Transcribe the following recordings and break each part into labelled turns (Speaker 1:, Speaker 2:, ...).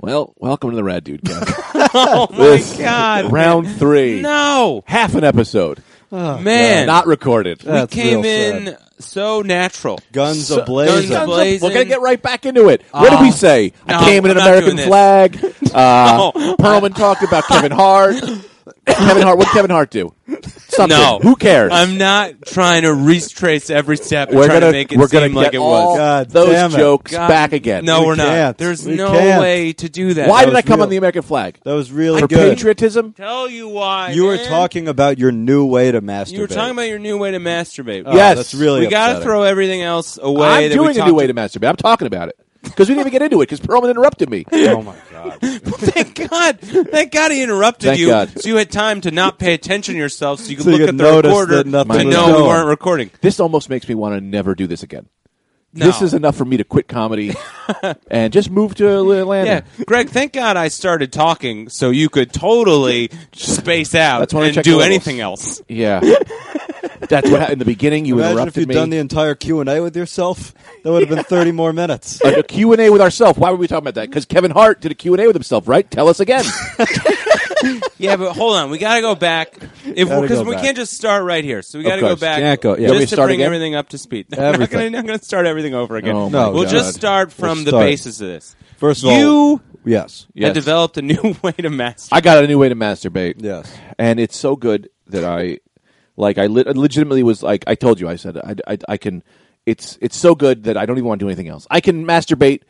Speaker 1: Well, welcome to the Rad Dude Cast.
Speaker 2: Oh my
Speaker 1: This-
Speaker 2: god.
Speaker 1: Round three.
Speaker 2: No.
Speaker 1: Half an episode.
Speaker 2: Man.
Speaker 1: Not recorded.
Speaker 2: we
Speaker 3: That's
Speaker 2: came
Speaker 3: real
Speaker 2: in
Speaker 3: sad.
Speaker 2: so natural.
Speaker 3: Guns
Speaker 1: So-
Speaker 3: ablaze.
Speaker 2: Guns a-
Speaker 1: We're
Speaker 2: blazing.
Speaker 1: going to get right back into it. what did
Speaker 2: Oh.
Speaker 1: we say?
Speaker 2: No,
Speaker 1: I came in an
Speaker 2: I'm not
Speaker 1: American
Speaker 2: doing this.
Speaker 1: flag. Uh,
Speaker 2: No.
Speaker 1: Perlman talked about Kevin Hart. Kevin Hart. What did Kevin Hart do? Something.
Speaker 2: No.
Speaker 1: Who cares?
Speaker 2: I'm not trying to retrace every step and
Speaker 1: we're
Speaker 2: trying
Speaker 1: gonna
Speaker 2: to make it
Speaker 1: we're
Speaker 2: seem
Speaker 1: gonna get
Speaker 2: like it
Speaker 1: all
Speaker 2: was.
Speaker 3: God
Speaker 1: those
Speaker 3: damn it.
Speaker 1: jokes
Speaker 2: God.
Speaker 1: back again.
Speaker 2: No, we're not.
Speaker 3: can't.
Speaker 2: There's
Speaker 3: We
Speaker 2: no
Speaker 3: can't.
Speaker 2: way to do that.
Speaker 1: Why
Speaker 3: That
Speaker 1: did
Speaker 3: was
Speaker 1: I come
Speaker 3: real.
Speaker 1: on the American flag?
Speaker 3: that was really
Speaker 1: For
Speaker 3: good.
Speaker 1: patriotism?
Speaker 2: Tell you why.
Speaker 3: you were
Speaker 2: man.
Speaker 3: talking about your new way to masturbate.
Speaker 2: You were talking about your new way to masturbate.
Speaker 3: Oh,
Speaker 1: Yes.
Speaker 3: that's really.
Speaker 2: we got to
Speaker 3: upsetting.
Speaker 2: throw everything else away.
Speaker 1: I'm
Speaker 2: that we
Speaker 1: doing a
Speaker 2: talked
Speaker 1: new way to masturbate. I'm talking about it because we didn't even get into it because Perlman interrupted me.
Speaker 3: Oh my god.
Speaker 2: thank God, thank God he interrupted
Speaker 1: Thank
Speaker 2: you,
Speaker 1: God.
Speaker 2: so you had time to not pay attention to yourself, so you could
Speaker 3: So you
Speaker 2: look
Speaker 3: could
Speaker 2: at the
Speaker 3: notice
Speaker 2: recorder
Speaker 3: that nothing
Speaker 2: to
Speaker 1: was
Speaker 2: know we
Speaker 3: going.
Speaker 2: weren't recording.
Speaker 1: This almost makes me want to never do this again.
Speaker 2: No.
Speaker 1: This is enough for me to quit comedy and just move to
Speaker 2: Yeah,
Speaker 1: Atlanta.
Speaker 2: Greg. Thank God I started talking, so you could totally space out
Speaker 1: That's when I
Speaker 2: and
Speaker 1: checked
Speaker 2: do
Speaker 1: the levels.
Speaker 2: anything else.
Speaker 1: Yeah. That's what happened in the beginning. You
Speaker 3: Imagine if
Speaker 1: interrupted
Speaker 3: you'd
Speaker 1: me.
Speaker 3: done the entire Q and A with yourself. That would have been thirty more minutes.
Speaker 1: a Q and A with ourselves. Why were we talking about that? Because Kevin Hart did a Q and A with himself, right? Tell us again.
Speaker 2: Yeah, but hold on, we got to go back if
Speaker 3: Gotta
Speaker 2: because
Speaker 3: go
Speaker 2: we
Speaker 3: back.
Speaker 2: can't just start right here. So we got to go
Speaker 1: course,
Speaker 2: back.
Speaker 3: can't go- yeah.
Speaker 1: Want me
Speaker 2: Just
Speaker 1: to
Speaker 2: to
Speaker 1: start
Speaker 2: bring
Speaker 1: again?
Speaker 2: everything up to speed. No, I'm not
Speaker 3: Everything.
Speaker 2: gonna- I'm going to start everything over again.
Speaker 1: Oh, my
Speaker 3: No,
Speaker 2: we'll
Speaker 3: God.
Speaker 2: just start from the
Speaker 3: start.
Speaker 2: basis of this.
Speaker 3: First of all,
Speaker 2: you
Speaker 3: Yes.
Speaker 1: Yes.
Speaker 2: had developed a new way to master.
Speaker 1: I got a new way to masturbate.
Speaker 3: Yes.
Speaker 1: and it's so good that I, like, I lit I legitimately was like, I told you, I said, I, I, I can. It's it's so good that I don't even want to do anything else. I can masturbate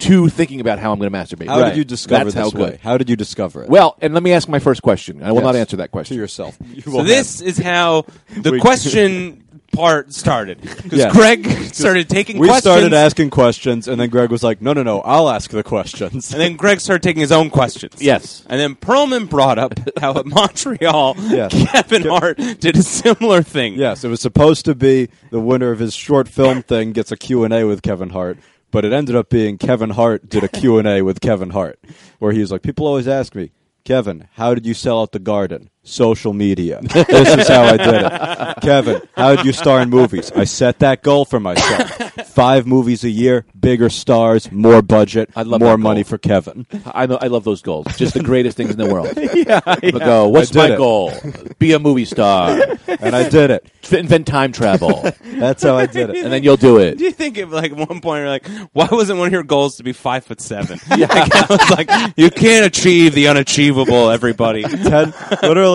Speaker 1: to thinking about how I'm going to masturbate.
Speaker 3: How did you discover
Speaker 1: That's
Speaker 3: this
Speaker 1: how
Speaker 3: way?
Speaker 1: good.
Speaker 3: How did you discover it?
Speaker 1: Well, and let me ask my first question. I will
Speaker 3: Yes.
Speaker 1: not answer that
Speaker 3: to
Speaker 1: question.
Speaker 3: yourself. You
Speaker 2: so
Speaker 3: will
Speaker 2: this is how the question part started because
Speaker 1: Yeah.
Speaker 2: Greg started taking
Speaker 3: have- We
Speaker 2: questions,
Speaker 3: started asking questions, and then Greg was like, "No, no, no! I'll ask the questions."
Speaker 2: and then Greg started taking his own questions.
Speaker 1: Yes.
Speaker 2: and then Perlman brought up how at Montreal,
Speaker 3: Yes.
Speaker 2: Kevin Hart did a similar thing.
Speaker 3: Yes, it was supposed to be the winner of his short film thing gets a Q&A with Kevin Hart, but it ended up being Kevin Hart did a Q&A with Kevin Hart where he was like, "People always ask me, Kevin, how did you sell out the garden? Social media. This is how I did it. Kevin, how did you star in movies? I set that goal for myself. Five movies a year, bigger stars, more budget,
Speaker 1: I love that
Speaker 3: more
Speaker 1: goal.
Speaker 3: money for Kevin.
Speaker 1: I know, I love those goals. Just the greatest things in the world. yeah, go. What's
Speaker 3: I did
Speaker 1: my
Speaker 3: it."
Speaker 1: goal? Be a movie star.
Speaker 3: And I did it.
Speaker 1: Fit- Invent time travel, and
Speaker 3: That's how I did it.
Speaker 1: then you'll do it.
Speaker 2: Do you think if like at one point you're like, why wasn't one of your goals to be five foot seven? yeah. like, I was like, you can't achieve the unachievable, everybody.
Speaker 3: ten, literally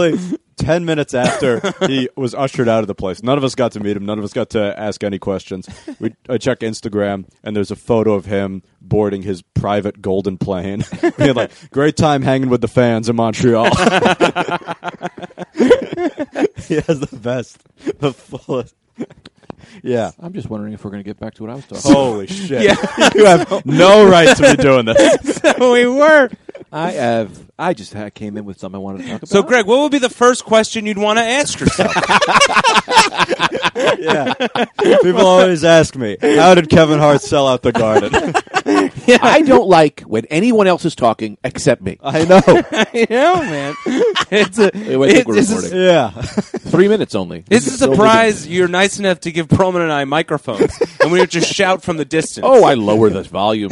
Speaker 3: ten minutes after he was ushered out of the place. None of us got to meet him. None of us got to ask any questions. We I check Instagram and there's a photo of him boarding his private golden plane. He had like great time hanging with the fans in Montreal. he has the best, the fullest. Yeah.
Speaker 1: I'm just wondering if we're going to get back to what I was talking.
Speaker 3: Holy shit! you have no right to be doing this.
Speaker 2: we were.
Speaker 1: I have. I just ha- came in with something I wanted to talk about.
Speaker 2: So, Greg, what would be the first question you'd want to ask yourself?
Speaker 3: Yeah, people always ask me, "How did Kevin Hart sell out the Garden?"
Speaker 1: I don't like when anyone else is talking except me.
Speaker 3: I know.
Speaker 2: you know, man. It's a,
Speaker 1: Wait, wait, I think
Speaker 2: it-
Speaker 1: we're
Speaker 2: this, is,
Speaker 1: recording.
Speaker 3: Yeah.
Speaker 1: Three minutes only.
Speaker 2: this is a
Speaker 1: So we can-
Speaker 2: surprise. You're nice enough to give Perlman and I microphones, and we would just shout from the distance.
Speaker 1: Oh, I lower the volume,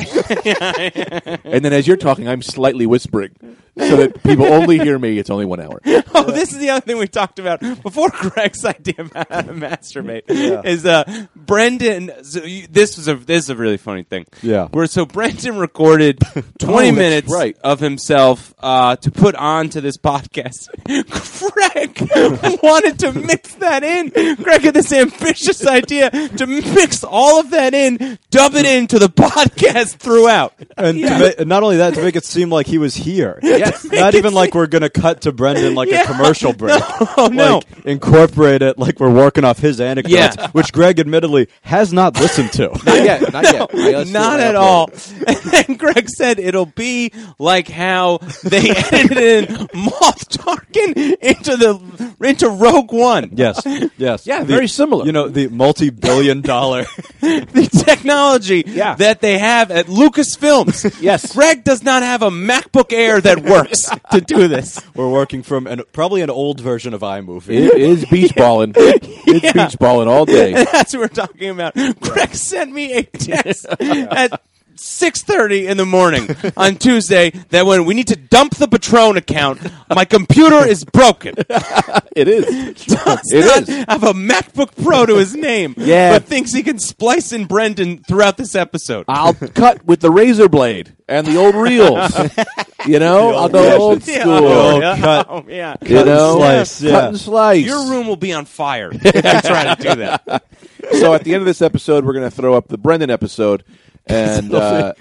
Speaker 1: and then as you're talking, I'm slightly whispering so that people only hear me. It's only one hour.
Speaker 2: Oh, this is the other thing we talked about before Greg's idea about how to masturbate is uh, Brendan. So you, this was a this is a really funny thing.
Speaker 3: Yeah.
Speaker 2: where so Brendan recorded twenty
Speaker 1: Oh, that's
Speaker 2: minutes
Speaker 1: right.
Speaker 2: of himself uh, to put onto this podcast. Greg wanted to mix that in. Greg had this ambitious idea to mix all of that in, dub it into the podcast throughout.
Speaker 3: And to ma- and not only that, to make it seem like he was here.
Speaker 1: Yes.
Speaker 3: Not even like we're going to cut to Brendan like
Speaker 2: Yeah.
Speaker 3: a commercial break.
Speaker 2: Oh no.
Speaker 3: Like, incorporate it like we're working off his anecdotes,
Speaker 2: Yeah.
Speaker 3: which Greg admittedly has not listened to.
Speaker 1: Not yet. Not yet. I still
Speaker 2: No,
Speaker 1: have
Speaker 2: not at
Speaker 1: to-
Speaker 2: all. And Greg said it'll be like how they edited in Moff Tarkin into the into Rogue One.
Speaker 3: yes. Yes.
Speaker 1: Yeah,
Speaker 3: The-
Speaker 1: very similar.
Speaker 3: You know, the multi billion dollar.
Speaker 2: The technology
Speaker 1: Yeah.
Speaker 2: that they have at Lucasfilms.
Speaker 1: Yes.
Speaker 2: Greg does not have a MacBook Air that works to do this.
Speaker 3: we're working from an, probably an old version of iMovie.
Speaker 1: It is beach balling. It's beach balling all day.
Speaker 2: That's what we're talking about. Greg sent me a text at 6.30 in the morning on Tuesday that when we need to dump the Patron account, my computer is broken.
Speaker 1: It is.
Speaker 2: Does
Speaker 1: It
Speaker 2: not
Speaker 1: is.
Speaker 2: have a MacBook Pro to his name,
Speaker 1: Yeah.
Speaker 2: but thinks he can splice in Brendan throughout this episode.
Speaker 1: I'll cut with the razor blade and the old reels. you know, I'll go old
Speaker 2: Yeah,
Speaker 1: school.
Speaker 2: yeah,
Speaker 3: cut.
Speaker 2: oh, yeah.
Speaker 1: You know,
Speaker 3: slice, yeah.
Speaker 1: cut and slice.
Speaker 2: Your room will be on fire if you try to do that.
Speaker 1: so at the end of this episode, we're going to throw up the Brendan episode, and uh,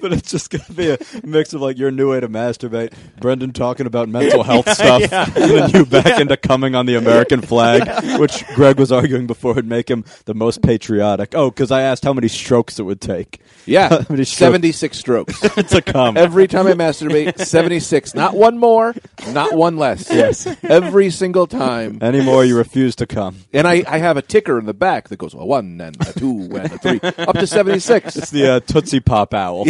Speaker 3: but it's just gonna be a mix of like your new way to masturbate, Brendan talking about mental health stuff, and then you back into coming on the American flag, which Greg was arguing before would make him the most patriotic. Oh, because I asked how many strokes it would take.
Speaker 1: yeah,
Speaker 3: how many strokes
Speaker 1: seventy six strokes.
Speaker 3: to come.
Speaker 1: Every time I masturbate, seventy six. Not one more, not one less. Yes, every single time.
Speaker 3: Anymore, you refuse to come.
Speaker 1: And I, I have a ticker in the back that goes a one and a two and a three up to seventy six.
Speaker 3: It's the uh, Tootsie Pop owl.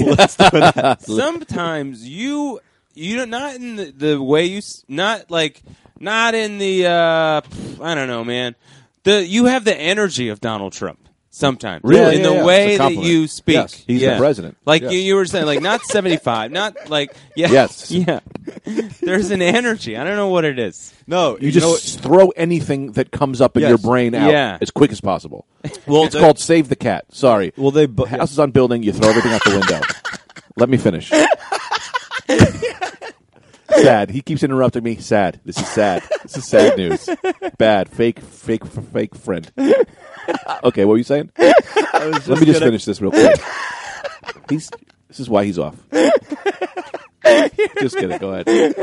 Speaker 2: Sometimes you you don't not in the, the way you s- not like not in the uh pff, I don't know, man. The you have the energy of Donald Trump. Sometimes,
Speaker 1: Really? Yeah,
Speaker 2: in
Speaker 1: yeah,
Speaker 2: the
Speaker 1: yeah.
Speaker 2: way
Speaker 1: It's a
Speaker 2: that
Speaker 1: compliment.
Speaker 2: you speak,
Speaker 1: Yes, he's the
Speaker 2: Yeah.
Speaker 1: president.
Speaker 2: Like
Speaker 1: Yes.
Speaker 2: you, you were saying, like not seventy-five, not like yeah,
Speaker 1: Yes.
Speaker 2: yeah. There's an energy. I don't know what it is.
Speaker 3: no,
Speaker 1: You just throw anything that comes up in
Speaker 3: Yes.
Speaker 1: your brain out
Speaker 2: Yeah.
Speaker 1: as quick as possible.
Speaker 2: Well,
Speaker 1: It's called save the cat. Sorry.
Speaker 3: Well, they bu-
Speaker 1: house is on building. You throw everything out the window. Let me finish. sad. He keeps interrupting me. Sad. This is sad. This is sad news. Bad. Fake. Fake. f- Fake friend. Okay. What were you saying? Let me just finish this real quick. He's. This is why he's off. just kidding. Go ahead.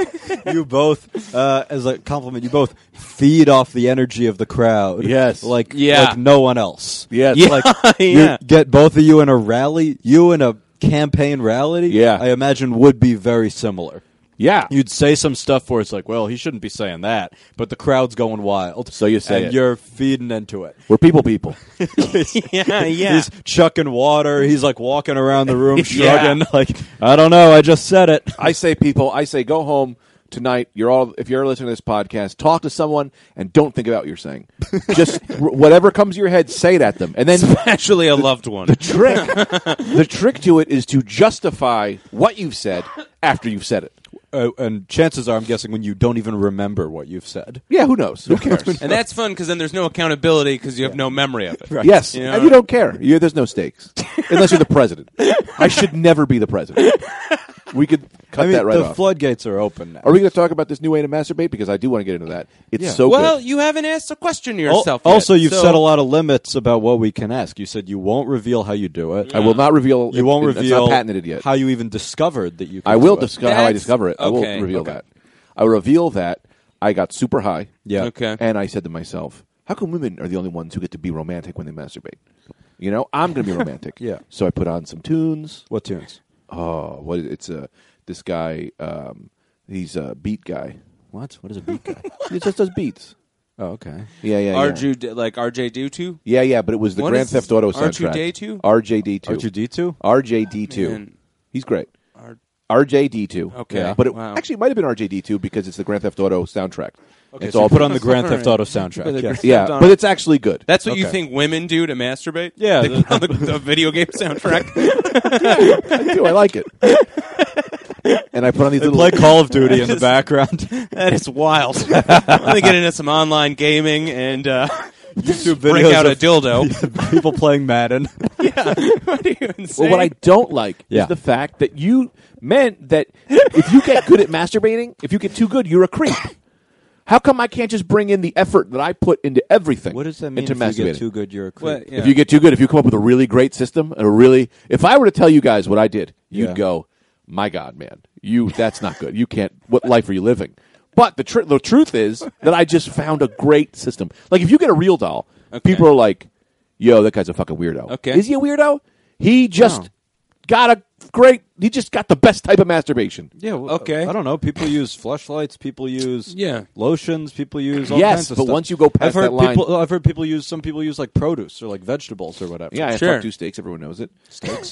Speaker 3: you both, uh, as a compliment, you both feed off the energy of the crowd.
Speaker 1: Yes.
Speaker 3: like
Speaker 2: Yeah.
Speaker 3: like no one else.
Speaker 1: Yes.
Speaker 2: Yeah,
Speaker 3: like you
Speaker 2: yeah.
Speaker 3: get both of you in a rally, you in a campaign rally.
Speaker 1: Yeah.
Speaker 3: I imagine would be very similar.
Speaker 1: Yeah.
Speaker 3: You'd say some stuff where it's like, well, he shouldn't be saying that, but the crowd's going wild.
Speaker 1: So you say
Speaker 3: and
Speaker 1: it.
Speaker 3: you're feeding into it.
Speaker 1: We're people. People.
Speaker 2: yeah, yeah.
Speaker 3: He's chucking water. He's like walking around the room shrugging, like, I don't know, I just said it.
Speaker 1: I say, people, I say, go home tonight. You're all, if you're listening to this podcast, talk to someone and don't think about what you're saying. Just r- whatever comes to your head, say it at them. And then
Speaker 2: Actually, a loved one.
Speaker 1: trick, the trick to it is to justify what you've said after you've said it.
Speaker 3: Uh, and chances are, I'm guessing, when you don't even remember what you've said.
Speaker 1: Yeah, who knows? Who cares?
Speaker 2: And that's fun because then there's no accountability because you have no memory of it.
Speaker 1: Yes,
Speaker 2: You know-
Speaker 1: and you don't care. you there's no stakes unless you're the president. I should never be the president. We could cut
Speaker 3: I mean,
Speaker 1: that right
Speaker 3: the
Speaker 1: off.
Speaker 3: floodgates are open now.
Speaker 1: Are we going to talk about this new way to masturbate? Because I do want to get into that. It's
Speaker 3: Yeah.
Speaker 1: so
Speaker 2: Well,
Speaker 1: good.
Speaker 2: you haven't asked a question to
Speaker 3: Al-
Speaker 2: yourself. yet,
Speaker 3: also, you've
Speaker 2: so-
Speaker 3: set a lot of limits about what we can ask. You said you won't reveal how you do it.
Speaker 1: I will not reveal.
Speaker 3: You won't
Speaker 1: it- it's
Speaker 3: reveal
Speaker 1: not patented yet.
Speaker 3: how you even discovered that you. Could
Speaker 1: I will
Speaker 3: do it.
Speaker 1: discuss how I
Speaker 2: That's-
Speaker 1: discover it. I
Speaker 2: okay,
Speaker 1: will reveal
Speaker 2: okay.
Speaker 1: that. I will reveal that I got super high.
Speaker 3: Yeah.
Speaker 2: Okay.
Speaker 1: And I said to myself, how come women are the only ones who get to be romantic when they masturbate? You know, I'm going to be romantic.
Speaker 3: Yeah.
Speaker 1: So I put on some tunes.
Speaker 3: What tunes?
Speaker 1: Oh, what is, it's a this guy um he's a beat guy.
Speaker 3: What? What is a beat guy?
Speaker 1: He just does beats.
Speaker 3: oh, okay.
Speaker 1: Yeah, yeah, yeah.
Speaker 2: RJ, d- like RJ Dutu.
Speaker 1: Yeah, yeah, but it was the
Speaker 2: What
Speaker 1: Grand
Speaker 2: is
Speaker 1: Theft Auto soundtrack.
Speaker 2: R2D2?
Speaker 1: RJD2.
Speaker 3: R2D2?
Speaker 1: RJD2.
Speaker 2: Man.
Speaker 1: He's great.
Speaker 2: R-
Speaker 1: RJD2.
Speaker 2: Okay,
Speaker 1: But it
Speaker 2: wow.
Speaker 1: actually it might have been RJD2 because it's the Grand Theft Auto soundtrack. Okay, it's
Speaker 3: So
Speaker 1: all
Speaker 3: you put on the Grand
Speaker 2: Alright.
Speaker 3: Theft Auto
Speaker 2: With a
Speaker 3: soundtrack. Yes.
Speaker 2: Grand-
Speaker 1: Yeah, but it's actually good.
Speaker 2: That's what you
Speaker 3: Okay.
Speaker 2: think women do to masturbate?
Speaker 3: Yeah,
Speaker 2: They
Speaker 3: the-
Speaker 2: put on the, the video game soundtrack.
Speaker 1: I do. I like it. and I put on these
Speaker 3: They
Speaker 1: little
Speaker 3: play Call of Duty in the background.
Speaker 2: that is wild. I'm going to get into some online gaming and uh,
Speaker 3: YouTube videos.
Speaker 2: break out a
Speaker 3: of
Speaker 2: dildo.
Speaker 3: People playing Madden.
Speaker 2: What are you
Speaker 1: well, what I
Speaker 2: insane?
Speaker 1: don't like
Speaker 3: Yeah.
Speaker 1: is the fact that you meant that if you get good at masturbating, if you get too good, you're a creep. How come I can't just bring in the effort that I put into everything? Into masturbating.
Speaker 3: good, you're a
Speaker 2: What- yeah.
Speaker 1: If you get too good, if you come up with a really great system and a really, if I were to tell you guys what I did, you'd
Speaker 3: Yeah.
Speaker 1: go, "My God, man, you that's not good. You can't. What life are you living?" But the tr- the truth is that I just found a great system. Like if you get a real doll, people are like, "Yo, that guy's a fucking weirdo."
Speaker 2: Okay.
Speaker 1: is he a weirdo? He just
Speaker 2: No.
Speaker 1: got a great. He just got the best type of masturbation.
Speaker 3: Yeah. Well,
Speaker 2: Okay.
Speaker 3: I don't know. People use flashlights. People use
Speaker 2: Yeah.
Speaker 3: lotions. People use all
Speaker 1: Yes,
Speaker 3: kinds of
Speaker 1: but
Speaker 3: stuff.
Speaker 1: once you go past
Speaker 3: I've heard
Speaker 1: that line-
Speaker 3: people, I've heard people use some people use like produce or like vegetables or whatever.
Speaker 1: Yeah, I
Speaker 2: Sure.
Speaker 1: fucked two steaks. Everyone knows it.
Speaker 3: steaks.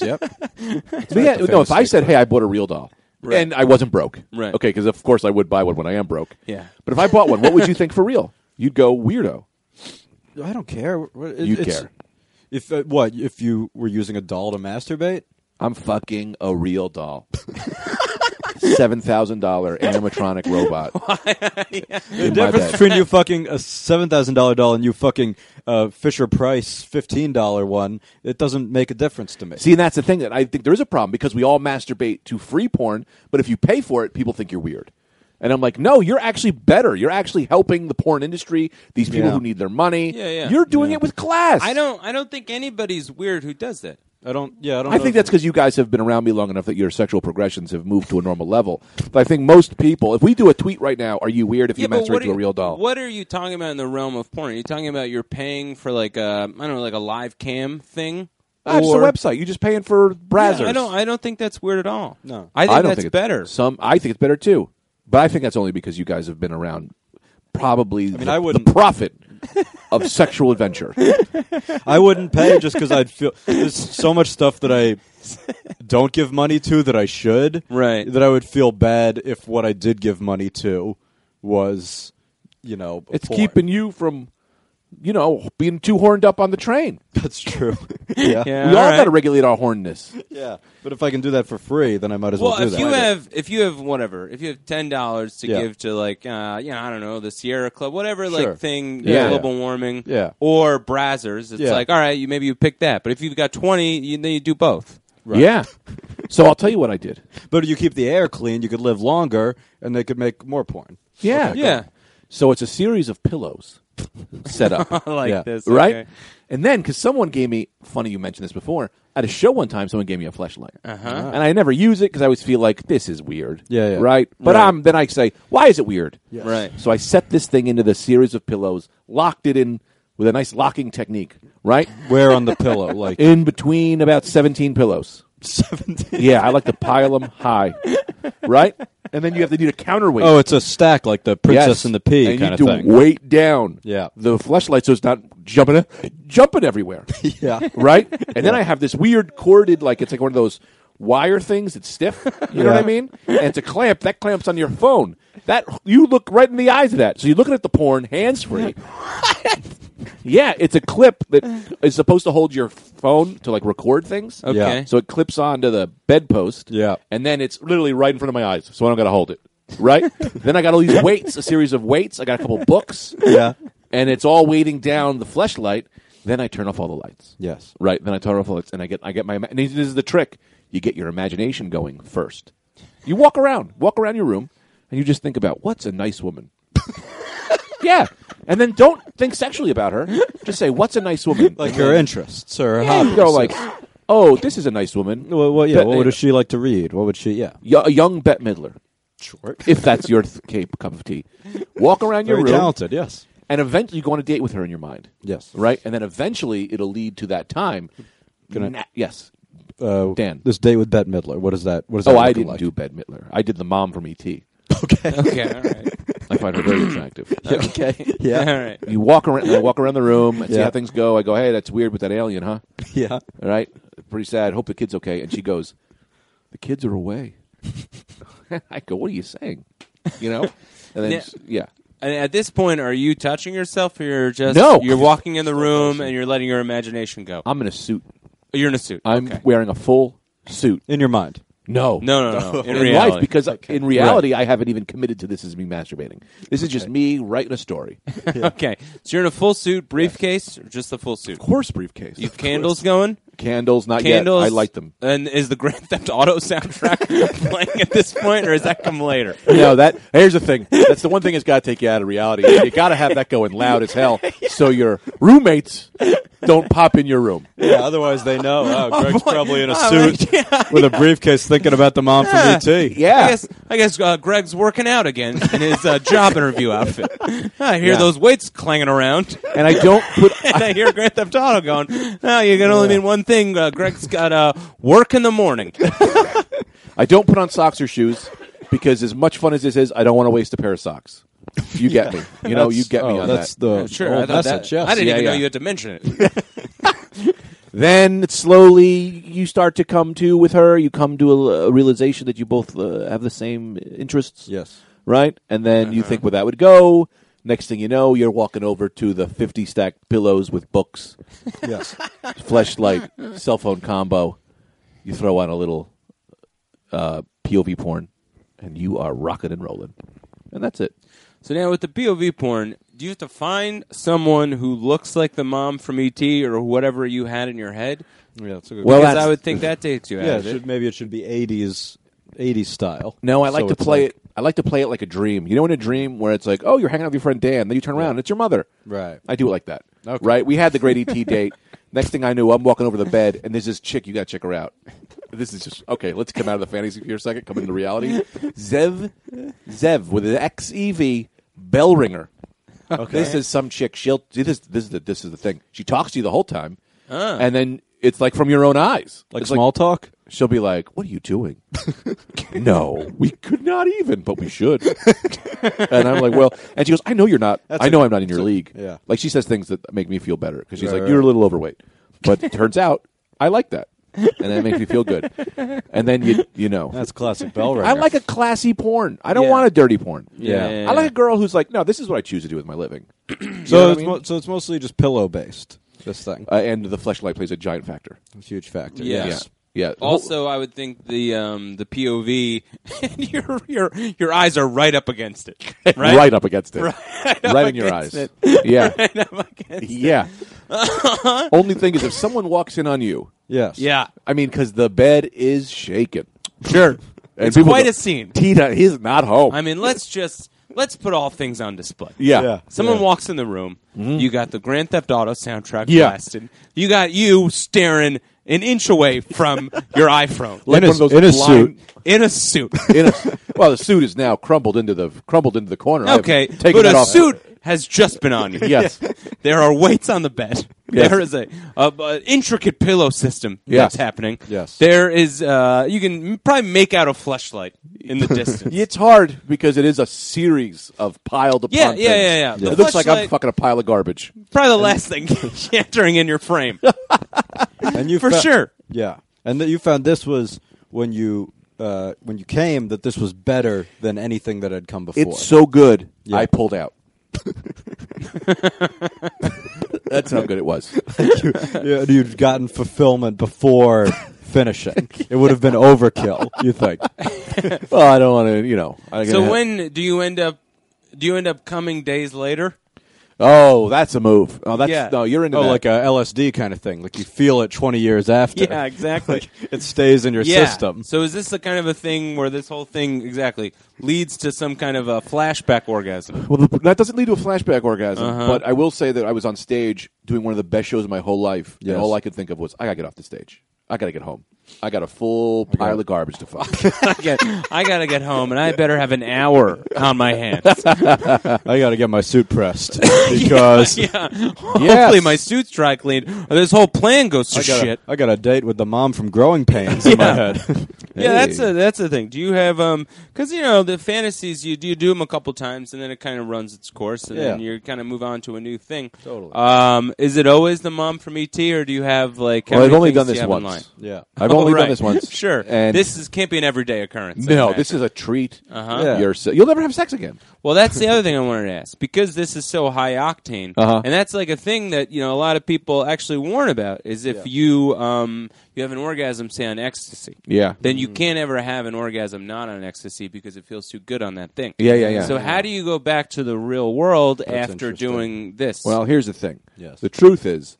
Speaker 3: yep.
Speaker 1: But yeah, no.
Speaker 3: the famous
Speaker 1: If I
Speaker 3: steak
Speaker 1: said, "Hey, I bought a real doll,"
Speaker 2: Right.
Speaker 1: and I wasn't broke,
Speaker 2: Right.
Speaker 1: Okay, because of course I would buy one when I am broke.
Speaker 2: Yeah.
Speaker 1: But if I bought one, what would you think for real? You'd go weirdo.
Speaker 3: I don't care. What- it-
Speaker 1: You
Speaker 3: it's-
Speaker 1: care.
Speaker 3: If uh, what if you were using a doll to masturbate?
Speaker 1: I'm fucking a real doll. Seven thousand dollar animatronic robot.
Speaker 3: The
Speaker 1: In my
Speaker 3: difference
Speaker 1: bed.
Speaker 3: between you fucking a seven thousand dollar doll and you fucking uh, Fisher Price fifteen dollar one, it doesn't make a difference to me.
Speaker 1: See, and that's the thing that I think there is a problem because we all masturbate to free porn, but if you pay for it, people think you're weird. And I'm like, no, you're actually better. You're actually helping the porn industry, these people
Speaker 3: Yeah.
Speaker 1: who need their money.
Speaker 2: Yeah, yeah.
Speaker 1: You're doing it with class.
Speaker 2: I don't. I don't think anybody's weird who does that.
Speaker 3: I don't. Yeah, I don't.
Speaker 1: I
Speaker 3: know
Speaker 1: think
Speaker 3: if-
Speaker 1: that's because you guys have been around me long enough that your sexual progressions have moved to a normal level. But I think most people, if we do a tweet right now, are you weird if you masturbate
Speaker 2: what
Speaker 1: to a
Speaker 2: are you-
Speaker 1: real doll?
Speaker 2: What are you talking about in the realm of porn? Are you talking about you're paying for like a I don't know like a live cam thing?
Speaker 1: Ah, just a
Speaker 2: Or-
Speaker 1: website. You're just paying for browsers.
Speaker 2: Yeah, I don't. I don't think that's weird at all.
Speaker 3: No.
Speaker 2: I think
Speaker 1: don't
Speaker 2: that's
Speaker 1: think it's-
Speaker 2: better.
Speaker 1: Some I think it's better too, but I think that's only because you guys have been around. Probably, I mean, the,
Speaker 3: I wouldn't-
Speaker 1: the prophet of sexual adventure.
Speaker 3: I wouldn't pay just because I'd feel there's so much stuff that I don't give money to that I should.
Speaker 2: Right.
Speaker 3: That I would feel bad if what I did give money to was, you know,
Speaker 1: It's
Speaker 3: porn.
Speaker 1: keeping you from, you know, being too horned up on the train.
Speaker 3: That's true. yeah.
Speaker 2: Yeah.
Speaker 3: yeah.
Speaker 1: we all
Speaker 2: all right.
Speaker 1: got to regulate our hornness.
Speaker 3: But if I can do that for free, then I might as well,
Speaker 2: Well,
Speaker 3: do
Speaker 2: if
Speaker 3: that.
Speaker 2: you have if you have whatever, if you have ten dollars to
Speaker 3: Yeah.
Speaker 2: give to like uh you know, I don't know, the Sierra Club, whatever
Speaker 3: Sure.
Speaker 2: like thing,
Speaker 1: Yeah.
Speaker 2: yeah, global warming
Speaker 3: Yeah.
Speaker 2: or Brazzers, it's
Speaker 3: Yeah.
Speaker 2: like, all right, you maybe you pick that. But if you've got twenty, you then you do both.
Speaker 3: Right.
Speaker 1: Yeah. So I'll tell you what I did.
Speaker 3: but you keep the air clean, you could live longer, and they could make more porn.
Speaker 1: Yeah.
Speaker 2: Yeah.
Speaker 1: So it's a series of pillows set up.
Speaker 2: I like
Speaker 3: Yeah.
Speaker 2: this.
Speaker 1: right?
Speaker 2: okay.
Speaker 1: And then, because someone gave me, funny you mentioned this before, at a show one time, someone gave me a flashlight,
Speaker 2: Uh-huh.
Speaker 1: and I never use it because I always feel like this is weird,
Speaker 3: Yeah, yeah.
Speaker 1: right. But
Speaker 2: Right.
Speaker 1: I'm then I say, why is it weird?
Speaker 3: Yes.
Speaker 2: Right.
Speaker 1: So I set this thing into the series of pillows, locked it in with a nice locking technique, right?
Speaker 3: Where on the pillow? Like
Speaker 1: in between about seventeen pillows.
Speaker 3: seventeen.
Speaker 1: Yeah, I like to pile them high, right? And then you have to do a counterweight.
Speaker 3: Oh, it's a stack like the
Speaker 1: Yes.
Speaker 3: Princess and the Pea
Speaker 1: And
Speaker 3: kind
Speaker 1: you
Speaker 3: of
Speaker 1: do
Speaker 3: thing.
Speaker 1: Weight down.
Speaker 3: Yeah.
Speaker 1: The flashlight so it's not jumping, jumping everywhere.
Speaker 3: yeah.
Speaker 1: right? And then I have this weird corded, like it's like one of those wire things. It's stiff. You know what I
Speaker 3: Yeah.
Speaker 1: mean? And it's a clamp that clamps on your phone. That you look right in the eyes of that. So you're looking at the porn hands free. yeah, it's a clip that is supposed to hold your phone to like record things.
Speaker 2: Okay.
Speaker 3: Yeah.
Speaker 1: So it clips onto the bedpost.
Speaker 3: Yeah.
Speaker 1: And then it's literally right in front of my eyes, so I don't got to hold it. Right? then I got all these weights, a series of weights. I got a couple books.
Speaker 3: Yeah.
Speaker 1: And it's all weighting down the fleshlight. Then I turn off all the lights.
Speaker 3: Yes.
Speaker 1: Right. Then I turn off all the lights, and I get I get my. ima- And this is the trick: you get your imagination going first. You walk around, walk around your room, and you just think about what's a nice woman. yeah, and then don't think sexually about her. Just say what's a nice woman.
Speaker 3: Like
Speaker 1: And
Speaker 3: her
Speaker 1: then
Speaker 3: interests or her
Speaker 1: you
Speaker 3: hobbies.
Speaker 1: go like, oh, this is a nice woman.
Speaker 3: Well, well, yeah.
Speaker 1: Bet-
Speaker 3: What would she like to read? What would she? Yeah.
Speaker 1: Y- a young Bette Midler,
Speaker 3: Sure.
Speaker 1: if that's your th- cape cup of tea. Walk around your
Speaker 3: Very
Speaker 1: room,
Speaker 3: talented. Yes.
Speaker 1: and eventually you go on a date with her in your mind.
Speaker 3: Yes.
Speaker 1: Right, and then eventually it'll lead to that time. Na- yes.
Speaker 3: Uh,
Speaker 1: Dan.
Speaker 3: This date with Bette Midler. What is that? What is that?
Speaker 1: Oh, I
Speaker 3: looking
Speaker 1: didn't
Speaker 3: like?
Speaker 1: do Bette Midler. I did the mom from ET.
Speaker 2: Okay, all right.
Speaker 1: I find her very attractive.
Speaker 3: okay.
Speaker 2: All
Speaker 3: yeah.
Speaker 2: right.
Speaker 1: You walk around. I walk around the room and see
Speaker 3: Yeah.
Speaker 1: how things go. I go, "Hey, that's weird with that alien, huh?
Speaker 3: Yeah.
Speaker 1: All right, pretty sad. Hope the kid's okay." And she goes, "The kids are away." I go, "What are you saying?" You know, and then
Speaker 2: Yeah.
Speaker 1: yeah,
Speaker 2: And at this point, are you touching yourself, or you're just
Speaker 1: No.
Speaker 2: You're walking in the room and you're letting your imagination go.
Speaker 1: I'm in a suit.
Speaker 2: You're in a suit.
Speaker 1: I'm
Speaker 2: Okay.
Speaker 1: wearing a full suit.
Speaker 3: In your mind.
Speaker 1: No,
Speaker 2: No, no, no. In,
Speaker 1: In,
Speaker 2: reality.
Speaker 1: life, because in reality, I haven't even committed to this as me masturbating. This is just me writing a story.
Speaker 2: Okay, so you're in a full suit, briefcase, or just the full suit?
Speaker 1: Horse briefcase.
Speaker 2: You have candles going?
Speaker 1: Candles, not
Speaker 2: Candles.
Speaker 1: yet. I like them.
Speaker 2: And is the Grand Theft Auto soundtrack playing at this point, or is that come later?
Speaker 1: No, that here's the thing. That's the one thing that's got to take you out of reality. You got to have that going loud as hell, so your roommates don't pop in your room.
Speaker 3: Yeah. Otherwise, they know. Oh, Greg's probably in a
Speaker 2: Oh,
Speaker 3: suit
Speaker 2: right. Yeah,
Speaker 3: with a briefcase, thinking about the mom from E ET.
Speaker 1: Yeah.
Speaker 2: I guess I guess uh, Greg's working out again in his uh, job interview outfit. I hear
Speaker 1: Yeah.
Speaker 2: those weights clanging around.
Speaker 1: And I don't put.
Speaker 2: and I hear Grand Theft Auto going, "No, you can only mean one thing. Uh, Greg's got uh, work in the morning."
Speaker 1: I don't put on socks or shoes because as much fun as this is, I don't want to waste a pair of socks. You get me. You know, you get me
Speaker 3: oh,
Speaker 1: on
Speaker 3: that's
Speaker 1: that.
Speaker 3: the
Speaker 2: Sure,
Speaker 3: whole
Speaker 2: I thought
Speaker 3: message.
Speaker 2: that.
Speaker 3: Yes.
Speaker 2: I didn't
Speaker 1: Yeah,
Speaker 2: even know
Speaker 1: yeah.
Speaker 2: you had to mention it.
Speaker 1: Then slowly you start to come to with her. You come to a, a realization that you both uh, have the same interests.
Speaker 3: Yes.
Speaker 1: right? And then you think where that would go. Next thing you know, you're walking over to the 50 stack pillows with books,
Speaker 3: Yes.
Speaker 1: fleshlight, cell phone combo, you throw on a little uh, POV porn, and you are rocking and rolling, and that's it.
Speaker 2: So now with the POV porn, do you have to find someone who looks like the mom from ET or whatever you had in your head?
Speaker 3: Yeah, that's a good.
Speaker 1: Well,
Speaker 2: Because
Speaker 1: that's-
Speaker 2: I would think that takes you out
Speaker 3: yeah, it
Speaker 2: of it.
Speaker 3: should, maybe it should be '80s, '80s style.
Speaker 1: No, I like
Speaker 3: So
Speaker 1: to
Speaker 3: it's
Speaker 1: play
Speaker 3: like-
Speaker 1: it. I like to play it like a dream. You know, in a dream where it's like, oh, you're hanging out with your friend Dan, then you turn around, and it's your mother.
Speaker 3: Right.
Speaker 1: I do it like that. Right. We had the great ET date. Next thing I knew, I'm walking over the bed, and there's this chick. You got to check her out. This is just okay. Let's come out of the fantasy for a second. Come into reality. Zev, Zev with an X E V bell ringer. This is some chick. She'll see this. This is the this is the thing. She talks to you the whole time, and then it's like from your own eyes.
Speaker 3: Like
Speaker 1: It's
Speaker 3: small talk.
Speaker 1: she'll be like, "What are you doing?" no, we could not even, but we should. and I'm like, "Well," and she goes, "I know you're not. I know i I'm not in your league."
Speaker 3: yeah.
Speaker 1: like she says things that make me feel better because she's
Speaker 3: Right,
Speaker 1: like,
Speaker 3: right,
Speaker 1: "You're a
Speaker 3: right.
Speaker 1: little overweight," but turns out I like that, and that makes me feel good. And then you you know,
Speaker 3: That's classic bell ringer.
Speaker 1: I like a classy porn. I don't
Speaker 2: Yeah.
Speaker 1: want a dirty porn.
Speaker 3: Yeah.
Speaker 1: I like a girl who's like, "No, this is what I choose to do with my living,"
Speaker 3: So
Speaker 1: what I
Speaker 3: it's
Speaker 1: mean?
Speaker 3: mo- so it's mostly just pillow based. This thing,
Speaker 1: uh, and the fleshlight plays a giant factor.
Speaker 3: huge factor.
Speaker 2: Yeah.
Speaker 3: Yes.
Speaker 1: Yeah.
Speaker 2: Also, I would think the um, the POV and your your your eyes are right up against it, right?
Speaker 1: Right up against it, right,
Speaker 2: up
Speaker 1: in your eyes.
Speaker 2: against it.
Speaker 1: Yeah,
Speaker 2: Right up against.
Speaker 1: Yeah. Only thing is, if someone walks in on you,
Speaker 3: Yes.
Speaker 2: Yeah,
Speaker 1: I mean, because the bed is shaken.
Speaker 2: sure.
Speaker 1: And
Speaker 2: It's
Speaker 1: people
Speaker 2: quite
Speaker 1: go,
Speaker 2: a scene.
Speaker 1: Tita, he's not home.
Speaker 2: I mean, let's just let's put all things on display.
Speaker 1: yeah. Mm-hmm.
Speaker 3: Yeah.
Speaker 2: Someone walks in the room. You got the Grand Theft Auto soundtrack
Speaker 1: Yeah.
Speaker 2: blasted. You got you staring an inch away from your iPhone
Speaker 1: Like
Speaker 3: In a-
Speaker 1: one of those
Speaker 3: in a
Speaker 1: blind-
Speaker 2: in a suit.
Speaker 1: in a- well, the suit is now crumbled into the crumbled into the corner. I
Speaker 2: Okay,
Speaker 1: haven't taken
Speaker 2: but
Speaker 1: that
Speaker 2: a
Speaker 1: off.
Speaker 2: suit has just been on you.
Speaker 1: Yes.
Speaker 2: there are weights on the bed.
Speaker 1: Yes.
Speaker 2: There is a, a, a intricate pillow system
Speaker 1: Yes.
Speaker 2: that's happening.
Speaker 3: Yes.
Speaker 2: there is. Uh, you can probably make out a flashlight in the distance.
Speaker 1: It's hard because it is a series of piled upon
Speaker 2: Yeah, yeah,
Speaker 1: things.
Speaker 2: yeah, yeah. The
Speaker 1: It looks like I'm
Speaker 2: fleshlight-
Speaker 1: fucking a pile of garbage.
Speaker 2: Probably the last thing entering in your frame
Speaker 3: And you
Speaker 2: for
Speaker 3: fa-
Speaker 2: sure.
Speaker 3: Yeah, and that you found this was when you uh, when you came that this was better than anything that had come before.
Speaker 1: It's so good.
Speaker 3: Yeah.
Speaker 1: I pulled out. That's how good it was.
Speaker 3: yeah, you'd gotten fulfillment before finishing. It would have been overkill. You think?
Speaker 1: Well, I don't want to, you know. I gotta
Speaker 2: So
Speaker 1: have-
Speaker 2: when do you end up? Do you end up coming days later?
Speaker 1: Oh, that's a move. Oh, that's
Speaker 2: Yeah.
Speaker 1: no. You're into
Speaker 3: Oh,
Speaker 1: that.
Speaker 3: like a LSD kind of thing. Like you feel it twenty years after.
Speaker 2: exactly.
Speaker 3: it stays in your
Speaker 2: yeah.
Speaker 3: system.
Speaker 2: So is this the kind of a thing where this whole thing exactly leads to some kind of a flashback orgasm?
Speaker 1: Well, the, that doesn't lead to a flashback orgasm, but I will say that I was on stage doing one of the best shows of my whole life,
Speaker 3: Yes.
Speaker 1: and all I could think of was, I gotta get off the stage. I gotta get home. I got a full pile of garbage to fuck.
Speaker 2: I gotta- I gotta get home, and I better have an hour on my hands.
Speaker 3: I got to get my suit pressed because
Speaker 2: yeah, hopefully my suit's dry cleaned, or this whole plan goes to
Speaker 3: I got
Speaker 2: shit.
Speaker 3: A, I got a date with the mom from Growing Pains in my
Speaker 2: Yeah.
Speaker 3: head.
Speaker 2: Yeah, that's a that's the thing. Do you have um? Because you know the fantasies you do, you do them a couple times, and then it kind of runs its course, and then
Speaker 3: Yeah.
Speaker 2: you kind of move on to a new thing.
Speaker 3: Totally.
Speaker 2: Um, is it always the mom from ET, or do you have like? how
Speaker 1: well, I've
Speaker 2: many
Speaker 1: only
Speaker 2: things
Speaker 1: done
Speaker 2: do you
Speaker 1: this
Speaker 2: have
Speaker 1: once.
Speaker 2: in line?
Speaker 3: yeah.
Speaker 1: I've only
Speaker 2: Right.
Speaker 1: done this once.
Speaker 2: Sure,
Speaker 1: And
Speaker 2: this is, can't be an everyday occurrence. I
Speaker 1: no,
Speaker 2: imagine.
Speaker 1: this is a treat. Uh-huh.
Speaker 3: Yeah.
Speaker 1: You're so, you'll never have sex again.
Speaker 2: Well, that's the other thing I wanted to ask because this is so high octane,
Speaker 1: Uh-huh.
Speaker 2: and that's like a thing that you know a lot of people actually warn about is if you um you have an orgasm say on ecstasy,
Speaker 1: Yeah.
Speaker 2: then you can't ever have an orgasm not on ecstasy because it feels too good on that thing.
Speaker 1: Yeah, yeah, yeah.
Speaker 2: So how do you go back to the real world after
Speaker 3: interesting.
Speaker 2: doing this?
Speaker 1: Well, here's the thing.
Speaker 3: Yes.
Speaker 1: The truth is,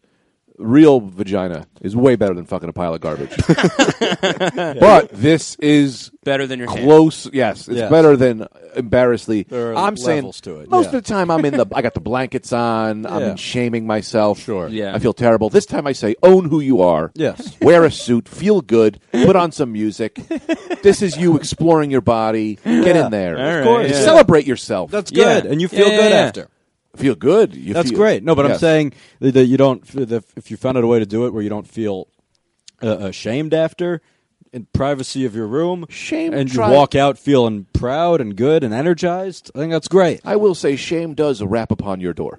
Speaker 1: real vagina is way better than fucking a pile of garbage. But this is
Speaker 2: better than your hand.
Speaker 1: close. Yes, it's
Speaker 3: Yes.
Speaker 1: better than embarrassingly.
Speaker 3: There are
Speaker 1: I'm saying
Speaker 3: levels to it,
Speaker 1: most
Speaker 3: yeah.
Speaker 1: of the time I'm in the. I got the blankets on.
Speaker 3: Yeah.
Speaker 1: I'm shaming myself. Sure.
Speaker 2: Yeah.
Speaker 1: I feel terrible. This time I say, own who you are.
Speaker 3: Yes.
Speaker 1: Wear a suit. Feel good. Put on some music. this is you exploring your body. Get
Speaker 3: Yeah.
Speaker 1: in there.
Speaker 2: All right, Of course. yeah.
Speaker 1: Celebrate yourself.
Speaker 3: That's
Speaker 2: Yeah.
Speaker 3: good, and you feel
Speaker 2: Yeah,
Speaker 3: good
Speaker 2: yeah, yeah.
Speaker 3: after.
Speaker 1: feel good. You
Speaker 3: That's
Speaker 1: feel-
Speaker 3: great. No, but I'm
Speaker 1: Yes.
Speaker 3: saying that that you don't. that If you found out a way to do it where you don't feel uh, ashamed after, in privacy of your room,
Speaker 1: Shame
Speaker 3: and you
Speaker 1: try-
Speaker 3: walk out feeling proud and good and energized. I think that's great.
Speaker 1: I will say, shame does rap upon your door.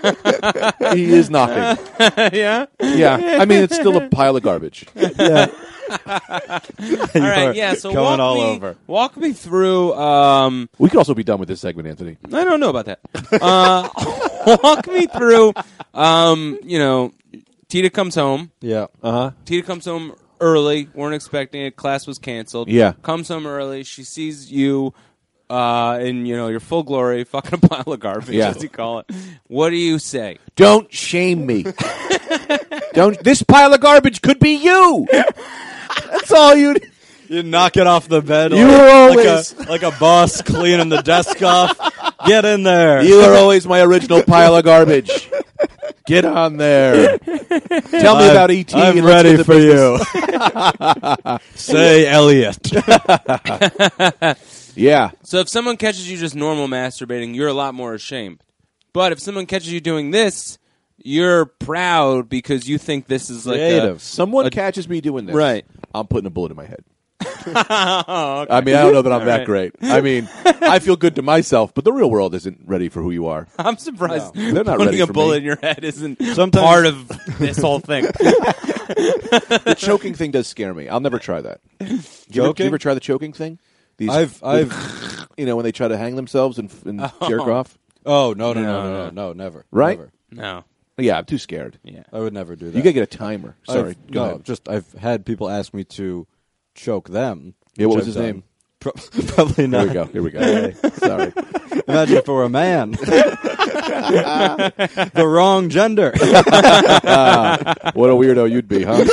Speaker 1: he is knocking.
Speaker 2: yeah.
Speaker 1: Yeah, I mean it's still a pile of garbage.
Speaker 2: All right. Yeah. So
Speaker 3: going
Speaker 2: walk
Speaker 3: all
Speaker 2: me,
Speaker 3: over.
Speaker 2: Walk me through. Um,
Speaker 1: We could also be done with this segment, Anthony.
Speaker 2: I don't know about that. Uh, walk me through. Um, you know, Tita comes home.
Speaker 3: Yeah. Uh huh.
Speaker 2: Tita comes home early, weren't expecting it. Class was canceled.
Speaker 1: Yeah.
Speaker 2: comes home early. She sees you uh, in you know your full glory, fucking a pile of garbage,
Speaker 1: Yeah.
Speaker 2: as you call it. What do you say?
Speaker 1: Don't shame me. Don't. This pile of garbage could be you. That's all you.
Speaker 3: You knock it off the bed.
Speaker 1: You
Speaker 3: like,
Speaker 1: were
Speaker 3: like a, like a boss cleaning the desk off. Get in there.
Speaker 1: You are always my original pile of garbage. Get on there. Tell me
Speaker 3: I'm-
Speaker 1: about ET.
Speaker 3: I'm
Speaker 1: and let's
Speaker 3: ready
Speaker 1: get the business.
Speaker 3: for you. Say Elliot.
Speaker 1: Yeah.
Speaker 2: So if someone catches you just normal masturbating, you're a lot more ashamed. But if someone catches you doing this, you're proud because you think this is like
Speaker 3: Creative.
Speaker 2: A,
Speaker 1: Someone catches me doing this.
Speaker 2: Right.
Speaker 1: I'm putting a bullet in my head. I mean, I don't know that I'm that great. I mean, I feel good to myself, but the real world isn't ready for who you are.
Speaker 2: I'm surprised
Speaker 1: No, they're not
Speaker 2: putting
Speaker 1: ready
Speaker 2: a
Speaker 1: for
Speaker 2: bullet
Speaker 1: me.
Speaker 2: in your head isn't
Speaker 3: Sometimes-
Speaker 2: part of this whole thing.
Speaker 1: The choking thing does scare me. I'll never try that. Do you, ever, do
Speaker 3: Choking?
Speaker 1: you ever try the choking thing? These,
Speaker 3: I've- I've-
Speaker 1: you know, when they try to hang themselves and, and jerk off.
Speaker 3: Oh no no
Speaker 2: No,
Speaker 3: no no no,
Speaker 2: no.
Speaker 3: no never.
Speaker 1: Right?
Speaker 3: Never.
Speaker 2: No.
Speaker 1: Yeah, I'm too scared.
Speaker 2: Yeah.
Speaker 3: I would never do that.
Speaker 1: You gotta get a timer.
Speaker 3: I've-
Speaker 1: Sorry, go
Speaker 3: no,
Speaker 1: ahead.
Speaker 3: just I've had people ask me to choke them.
Speaker 1: Yeah, what
Speaker 3: which
Speaker 1: was
Speaker 3: I've
Speaker 1: his
Speaker 3: done. Pro- probably
Speaker 1: Here
Speaker 3: not.
Speaker 1: we go. Here we go. Sorry.
Speaker 3: Imagine if it were a man. the wrong gender.
Speaker 1: What a weirdo you'd be, huh?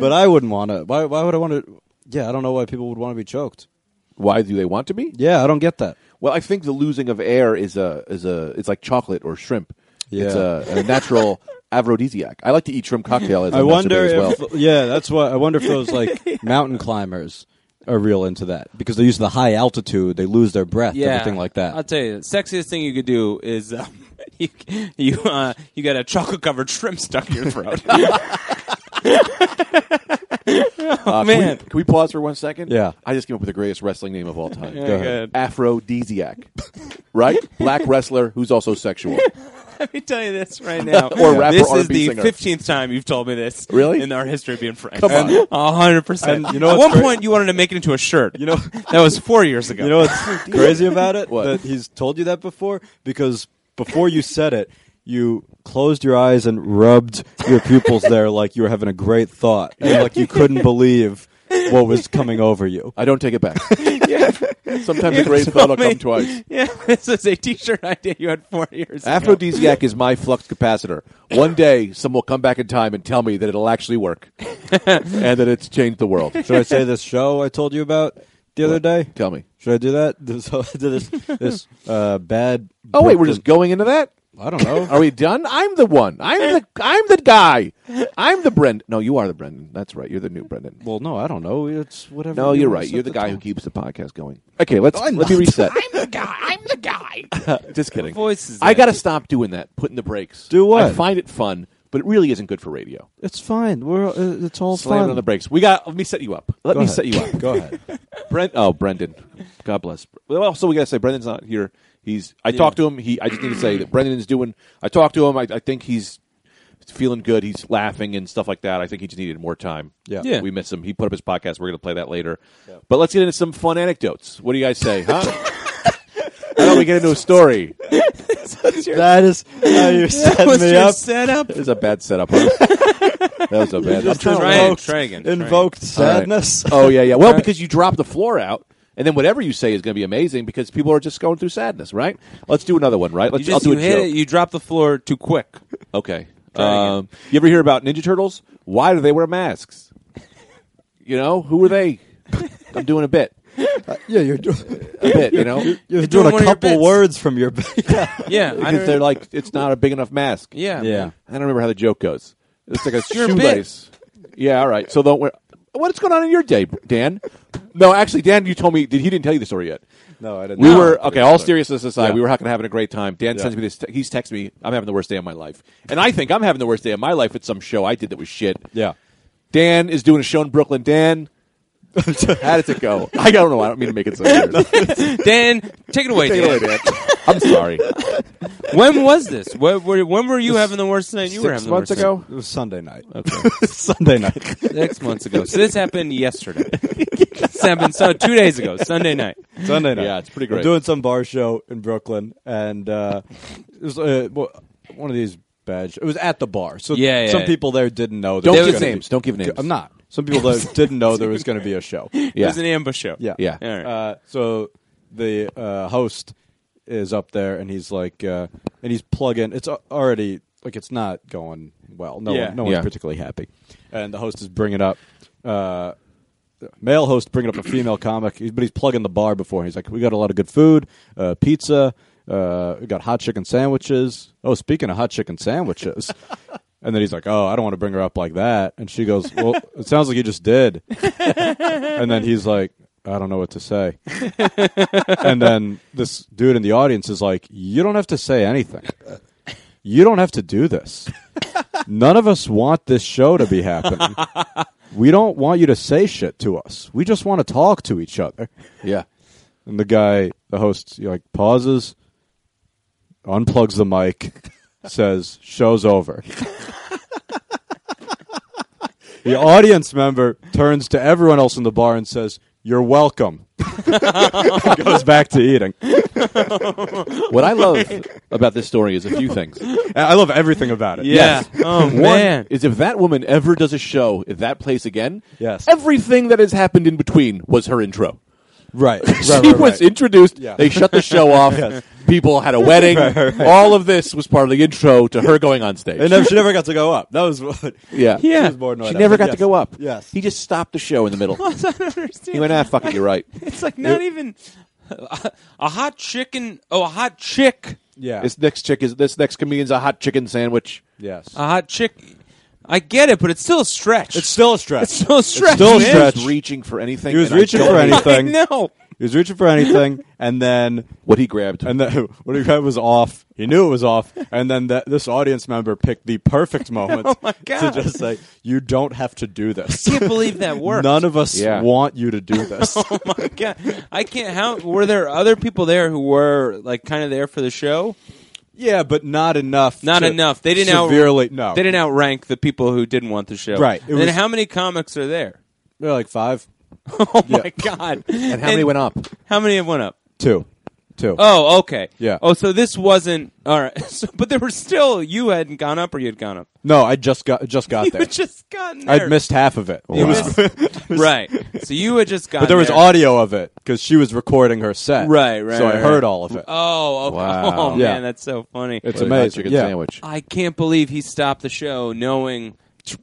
Speaker 3: but I wouldn't want to. Why, why would I want to? Yeah, I don't know why people would want to be choked.
Speaker 1: Why do they want to be?
Speaker 3: Yeah, I don't get that.
Speaker 1: Well, I think the losing of air is a is a it's like chocolate or shrimp. It's
Speaker 3: Yeah.
Speaker 1: a, a natural aphrodisiac. I like to eat shrimp cocktail as
Speaker 3: I
Speaker 1: a
Speaker 3: wonder
Speaker 1: as well.
Speaker 3: if Oh, yeah, that's why I wonder if those like mountain climbers are real into that because they're used to the high altitude, they lose their breath,
Speaker 2: Yeah.
Speaker 3: everything like
Speaker 2: I'll
Speaker 3: that.
Speaker 2: tell you, the sexiest thing you could do is um, you you, uh, you got a chocolate covered shrimp stuck in your throat.
Speaker 1: Uh,
Speaker 2: Oh,
Speaker 1: Can, we,
Speaker 2: man.
Speaker 1: can we pause for one second?
Speaker 3: Yeah.
Speaker 1: I just came up with the greatest wrestling name of all time.
Speaker 2: Yeah,
Speaker 3: Go ahead.
Speaker 2: good.
Speaker 1: Aphrodisiac, right? Black wrestler who's also sexual.
Speaker 2: Let me tell you this right now.
Speaker 1: Or rapper,
Speaker 2: this is
Speaker 1: R&B
Speaker 2: the
Speaker 1: singer.
Speaker 2: fifteenth time you've told me this.
Speaker 1: Really?
Speaker 2: In our history of being friends.
Speaker 1: Come on.
Speaker 2: hundred percent.
Speaker 3: And you know
Speaker 2: at
Speaker 3: what's
Speaker 2: one
Speaker 3: cra-
Speaker 2: point you wanted to make it into a shirt.
Speaker 3: You know,
Speaker 2: that was four years ago.
Speaker 3: you know what's crazy about it?
Speaker 1: What?
Speaker 3: That he's told you that before because before you said it, you closed your eyes and rubbed your pupils there like you were having a great thought and like you couldn't believe what was coming over you.
Speaker 1: I don't take it back. Sometimes a
Speaker 2: You
Speaker 1: great
Speaker 2: told
Speaker 1: thought will
Speaker 2: me-
Speaker 1: come twice.
Speaker 2: Yeah, this is a T-shirt idea you had four years ago.
Speaker 1: Aphrodisiac is my flux capacitor. One day, some will come back in time and tell me that it'll actually work and that it's changed the world.
Speaker 3: Should I say this show I told you about the other day?
Speaker 1: Tell me.
Speaker 3: Should I do that? This, this, this uh, bad.
Speaker 1: Oh wait, we're
Speaker 3: Brooklyn-
Speaker 1: just going into that.
Speaker 3: I don't know.
Speaker 1: Are we done? I'm the one. I'm the I'm the guy. I'm the Brendan. No, you are the Brendan. That's right. You're the new Brendan.
Speaker 3: Well, no, I don't know. It's whatever.
Speaker 1: No,
Speaker 3: you
Speaker 1: you're
Speaker 3: want
Speaker 1: right.
Speaker 3: to
Speaker 1: You're
Speaker 3: set
Speaker 1: the guy who
Speaker 3: tone.
Speaker 1: keeps the podcast going. Okay, let's let me reset. I'm the guy. I'm the guy. Just kidding.
Speaker 2: voice is
Speaker 1: I
Speaker 2: that.
Speaker 1: got to stop doing that. Putting the brakes.
Speaker 3: Do what?
Speaker 1: I find it fun, but it really isn't good for radio.
Speaker 3: It's fine. We're. Uh, it's all
Speaker 1: Slamming
Speaker 3: fun.
Speaker 1: on the brakes. We got. Let me set you up. Let
Speaker 3: Go
Speaker 1: me
Speaker 3: ahead.
Speaker 1: set you up.
Speaker 3: Go ahead.
Speaker 1: Brent. Oh, Brendan. God bless. Well, also we gotta say Brendan's not here. He's. I talked to him. He. I just need to say that Brendan's doing. I talked to him. I, I think he's feeling good. He's laughing and stuff like that. I think he just needed more time.
Speaker 3: Yeah.
Speaker 2: Yeah.
Speaker 1: We miss him. He put up his podcast. We're gonna play that later. But let's get into some fun anecdotes. What do you guys say? Huh? How don't we get into a story?
Speaker 3: That is how you set
Speaker 2: What's
Speaker 3: me
Speaker 2: your
Speaker 3: up.
Speaker 2: setup?
Speaker 1: This is a bad setup. Huh? that was a bad. I'm trying to
Speaker 2: Try
Speaker 1: look.
Speaker 2: it.
Speaker 3: invoked,
Speaker 2: Try again. Try again.
Speaker 3: invoked
Speaker 1: All right.
Speaker 3: sadness.
Speaker 1: Oh yeah, yeah. Well, because you drop the floor out, and then whatever you say is going to be amazing because people are just going through sadness, right? Let's do another one, right?
Speaker 2: You
Speaker 1: Let's.
Speaker 2: just
Speaker 1: I'll
Speaker 2: you
Speaker 1: do a
Speaker 2: hit
Speaker 1: joke.
Speaker 2: it. You drop the floor too quick.
Speaker 1: Okay.
Speaker 2: again.
Speaker 1: Um, you ever hear about Ninja Turtles? Why do they wear masks? You know who are they? I'm doing a bit,
Speaker 3: yeah, you're doing.
Speaker 1: a bit. You know,
Speaker 3: You're,
Speaker 2: doing
Speaker 3: doing,
Speaker 2: one
Speaker 3: a
Speaker 2: of your
Speaker 3: couple
Speaker 2: bits.
Speaker 3: words from your. yeah.
Speaker 2: Yeah, I
Speaker 1: because
Speaker 2: don't-
Speaker 1: they're like it's not a big enough mask.
Speaker 2: yeah,
Speaker 3: Yeah.
Speaker 1: I don't remember how the joke goes. It's like a
Speaker 2: Your bit.
Speaker 1: shoelace. Yeah, all right. So don't wear. What's going on in your day, Dan? No, actually, Dan, you told me. Did he didn't tell you the story yet?
Speaker 3: No, I didn't.
Speaker 1: We
Speaker 3: know.
Speaker 1: were okay. All seriousness aside,
Speaker 3: Yeah.
Speaker 1: we were having having a great time. Dan
Speaker 3: Yeah.
Speaker 1: sends me this. Te- he's texted me. I'm having the worst day of my life, and I think I'm having the worst day of my life at some show I did that was shit.
Speaker 3: Yeah.
Speaker 1: Dan is doing a show in Brooklyn. Dan, how does it go? I don't know. I don't mean to make it so weird.
Speaker 2: Dan, take it away.
Speaker 1: Take it
Speaker 2: Dan.
Speaker 1: away, Dan. I'm sorry.
Speaker 2: When was this? When were, when were you having the worst night you were
Speaker 1: Six
Speaker 2: having?
Speaker 1: months
Speaker 2: the worst night?
Speaker 1: ago.
Speaker 3: It was Sunday night. Okay. Sunday night.
Speaker 2: Six months ago. So this happened yesterday. this happened so two days ago, Sunday night.
Speaker 3: Sunday night.
Speaker 1: Yeah, it's pretty
Speaker 3: I'm
Speaker 1: great.
Speaker 3: doing some bar show in Brooklyn, and uh, it was uh, well, one of these badge. It was at the bar, so
Speaker 2: Yeah, yeah,
Speaker 3: some
Speaker 2: yeah.
Speaker 3: people there didn't know.
Speaker 1: Don't
Speaker 3: there was
Speaker 1: give
Speaker 3: gonna
Speaker 1: names.
Speaker 3: be-
Speaker 1: Don't give names.
Speaker 3: I'm not. Some people there didn't know there was going to be a show.
Speaker 2: It
Speaker 1: Yeah.
Speaker 2: was an ambush show.
Speaker 3: Yeah.
Speaker 1: Yeah.
Speaker 2: All right.
Speaker 3: Uh, so the uh, host is up there, and he's like, uh, and he's plugging. It's a- already like it's not going well. No,
Speaker 2: Yeah.
Speaker 3: one, no one's
Speaker 1: Yeah.
Speaker 3: particularly happy. And the host is bringing up. Uh, Male host bringing up a female comic, he's- but he's plugging the bar before. He's like, "We got a lot of good food, uh, pizza. Uh, we got hot chicken sandwiches." Oh, speaking of hot chicken sandwiches, and then he's like, "Oh, I don't want to bring her up like that." And she goes, "Well, it sounds like you just did." and then he's like, I don't know what to say. and then this dude in the audience is like, You don't have to say anything. You don't have to do this. None of us want this show to be happening. We don't want you to say shit to us. We just want to talk to each other.
Speaker 1: Yeah.
Speaker 3: And the guy, the host, he, like pauses, unplugs the mic, says, "Show's over." the audience member turns to everyone else in the bar and says, "You're welcome." And goes back to eating. And
Speaker 1: What I love about this story is a few things.
Speaker 3: I love everything about it.
Speaker 2: yeah. Oh
Speaker 1: One
Speaker 2: man.
Speaker 1: is if that woman ever does a show at that place again,
Speaker 3: Yes.
Speaker 1: everything that has happened in between was her intro.
Speaker 3: Right. right,
Speaker 1: she
Speaker 3: right, right.
Speaker 1: was introduced.
Speaker 3: Yeah.
Speaker 1: They shut the show off. People had a wedding. All of this was part of the intro to her going on stage.
Speaker 3: And then she never got to go up. That was what.
Speaker 1: yeah,
Speaker 2: Yeah.
Speaker 3: She, was more annoyed
Speaker 1: She never
Speaker 3: at
Speaker 1: got
Speaker 3: it.
Speaker 1: to go up.
Speaker 3: Yes.
Speaker 1: he just stopped the show in the middle.
Speaker 2: I don't understand.
Speaker 1: he went, "Ah, fuck it, you're right."
Speaker 2: It's like not even a, a hot chicken. Oh, a hot chick.
Speaker 3: Yeah.
Speaker 1: This next chick is this next comedian's a hot chicken sandwich.
Speaker 3: yes.
Speaker 1: Uh,
Speaker 2: A hot chick. I get it, but it's still a stretch.
Speaker 3: it's still a stretch.
Speaker 2: It's still a stretch.
Speaker 3: still a
Speaker 2: man.
Speaker 1: He
Speaker 3: stretch.
Speaker 1: was reaching for anything.
Speaker 3: He was
Speaker 1: and I
Speaker 3: reaching
Speaker 1: don't
Speaker 3: for
Speaker 1: know
Speaker 3: anything.
Speaker 2: I know.
Speaker 3: He was reaching for anything, and then
Speaker 1: What he grabbed.
Speaker 3: and then what he got was off. He knew it was off, and then that this audience member picked the perfect moment
Speaker 2: Oh my God.
Speaker 3: to just say, "You don't have to do this.
Speaker 2: Can't believe that worked.
Speaker 3: None of us
Speaker 1: Yeah.
Speaker 3: want you to do this."
Speaker 2: Oh my god! I can't. How were there other people there who were like kind of there for the show?
Speaker 3: yeah, but not enough.
Speaker 2: Not
Speaker 3: to
Speaker 2: enough. They didn't out-
Speaker 3: severely. no,
Speaker 2: They didn't outrank the people who didn't want the show.
Speaker 3: Oh. Right. It
Speaker 2: And then
Speaker 3: was-
Speaker 2: how many comics are there?
Speaker 3: They're like five,
Speaker 2: Oh my
Speaker 3: Yeah.
Speaker 2: god!
Speaker 1: and how many went up?
Speaker 2: How many have went up?
Speaker 3: two, two.
Speaker 2: Oh, okay.
Speaker 3: Yeah.
Speaker 2: Oh, so this wasn't all right. So, but there were still you hadn't gone up or you had gone up.
Speaker 3: No, I just got just got
Speaker 2: You
Speaker 3: there.
Speaker 2: had just gotten there.
Speaker 3: I'd missed half of it. It
Speaker 1: Wow.
Speaker 3: was-
Speaker 2: right. So you had just gotten.
Speaker 3: but there was
Speaker 2: there.
Speaker 3: audio of it because she was recording her set.
Speaker 2: Right, right,
Speaker 3: So I
Speaker 2: right.
Speaker 3: heard all of it.
Speaker 2: Oh, okay.
Speaker 1: Wow.
Speaker 2: oh
Speaker 3: Yeah.
Speaker 2: man, that's so funny.
Speaker 3: it's
Speaker 1: What a hot
Speaker 3: amazing.
Speaker 1: Chicken
Speaker 3: yeah.
Speaker 1: sandwich.
Speaker 2: I can't believe he stopped the show knowing.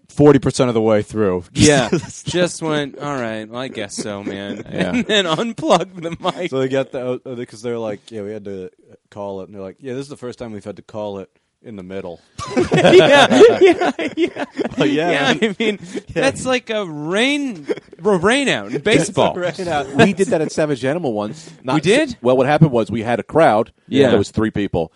Speaker 3: forty percent of the way through.
Speaker 2: Yeah, just went. All right, well, I guess so, man. And then unplugged the mic.
Speaker 3: So they got the because they're like, yeah, we had to call it, and they're like, yeah, this is the first time we've had to call it in the middle.
Speaker 2: yeah, yeah, yeah.
Speaker 3: Like, yeah,
Speaker 2: Yeah,
Speaker 3: man.
Speaker 2: I mean, that's like a rain, a rain out in baseball.
Speaker 3: Right out.
Speaker 1: we did that at Savage Animal once. Not
Speaker 2: We did?
Speaker 1: Well, what happened was we had a crowd.
Speaker 2: Yeah.
Speaker 1: That was three people.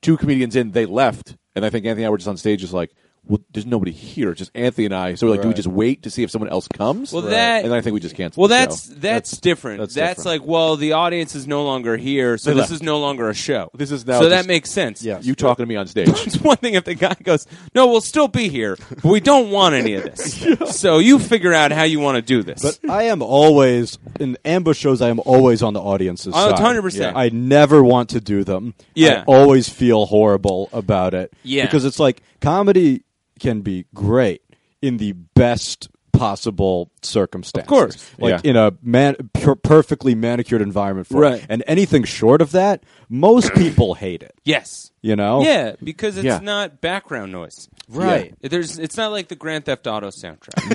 Speaker 1: Two comedians in, they left. And I think Anthony and I were just on stage, just like, well, there's nobody here. It's just Anthony and I. So we're like, do we
Speaker 3: Right.
Speaker 1: just wait to see if someone else comes?
Speaker 2: Well, that-
Speaker 1: And then I think we just canceled.
Speaker 2: Well,
Speaker 1: the
Speaker 2: that's
Speaker 1: show.
Speaker 2: that's, different. That's,
Speaker 1: that's
Speaker 2: like, well, the audience is no longer here, so
Speaker 1: They
Speaker 2: this
Speaker 1: left.
Speaker 2: is no longer a show.
Speaker 1: This is now
Speaker 2: so that
Speaker 1: just-
Speaker 2: makes sense.
Speaker 3: Yeah.
Speaker 1: you talking to me on stage.
Speaker 2: It's one thing if the guy goes, "No, we'll still be here, but we don't want any of this." So you figure out how you want to do this.
Speaker 3: But I am always in ambush shows. I am always on the audience's
Speaker 2: Oh,
Speaker 3: side.
Speaker 2: 100%.
Speaker 3: I never want to do them.
Speaker 2: Yeah.
Speaker 3: I always feel horrible about it.
Speaker 2: Yeah.
Speaker 3: because it's like comedy can be great in the best possible circumstance. Of
Speaker 2: course.
Speaker 3: like
Speaker 1: Yeah.
Speaker 3: in a man per- perfectly manicured environment for
Speaker 2: Right.
Speaker 3: it. And anything short of that, most people hate it.
Speaker 2: yes.
Speaker 3: You know?
Speaker 2: Yeah, because it's
Speaker 1: Oh. Yeah.
Speaker 2: not background noise.
Speaker 3: Right.
Speaker 2: Yeah. There's it's not like the Grand Theft Auto soundtrack.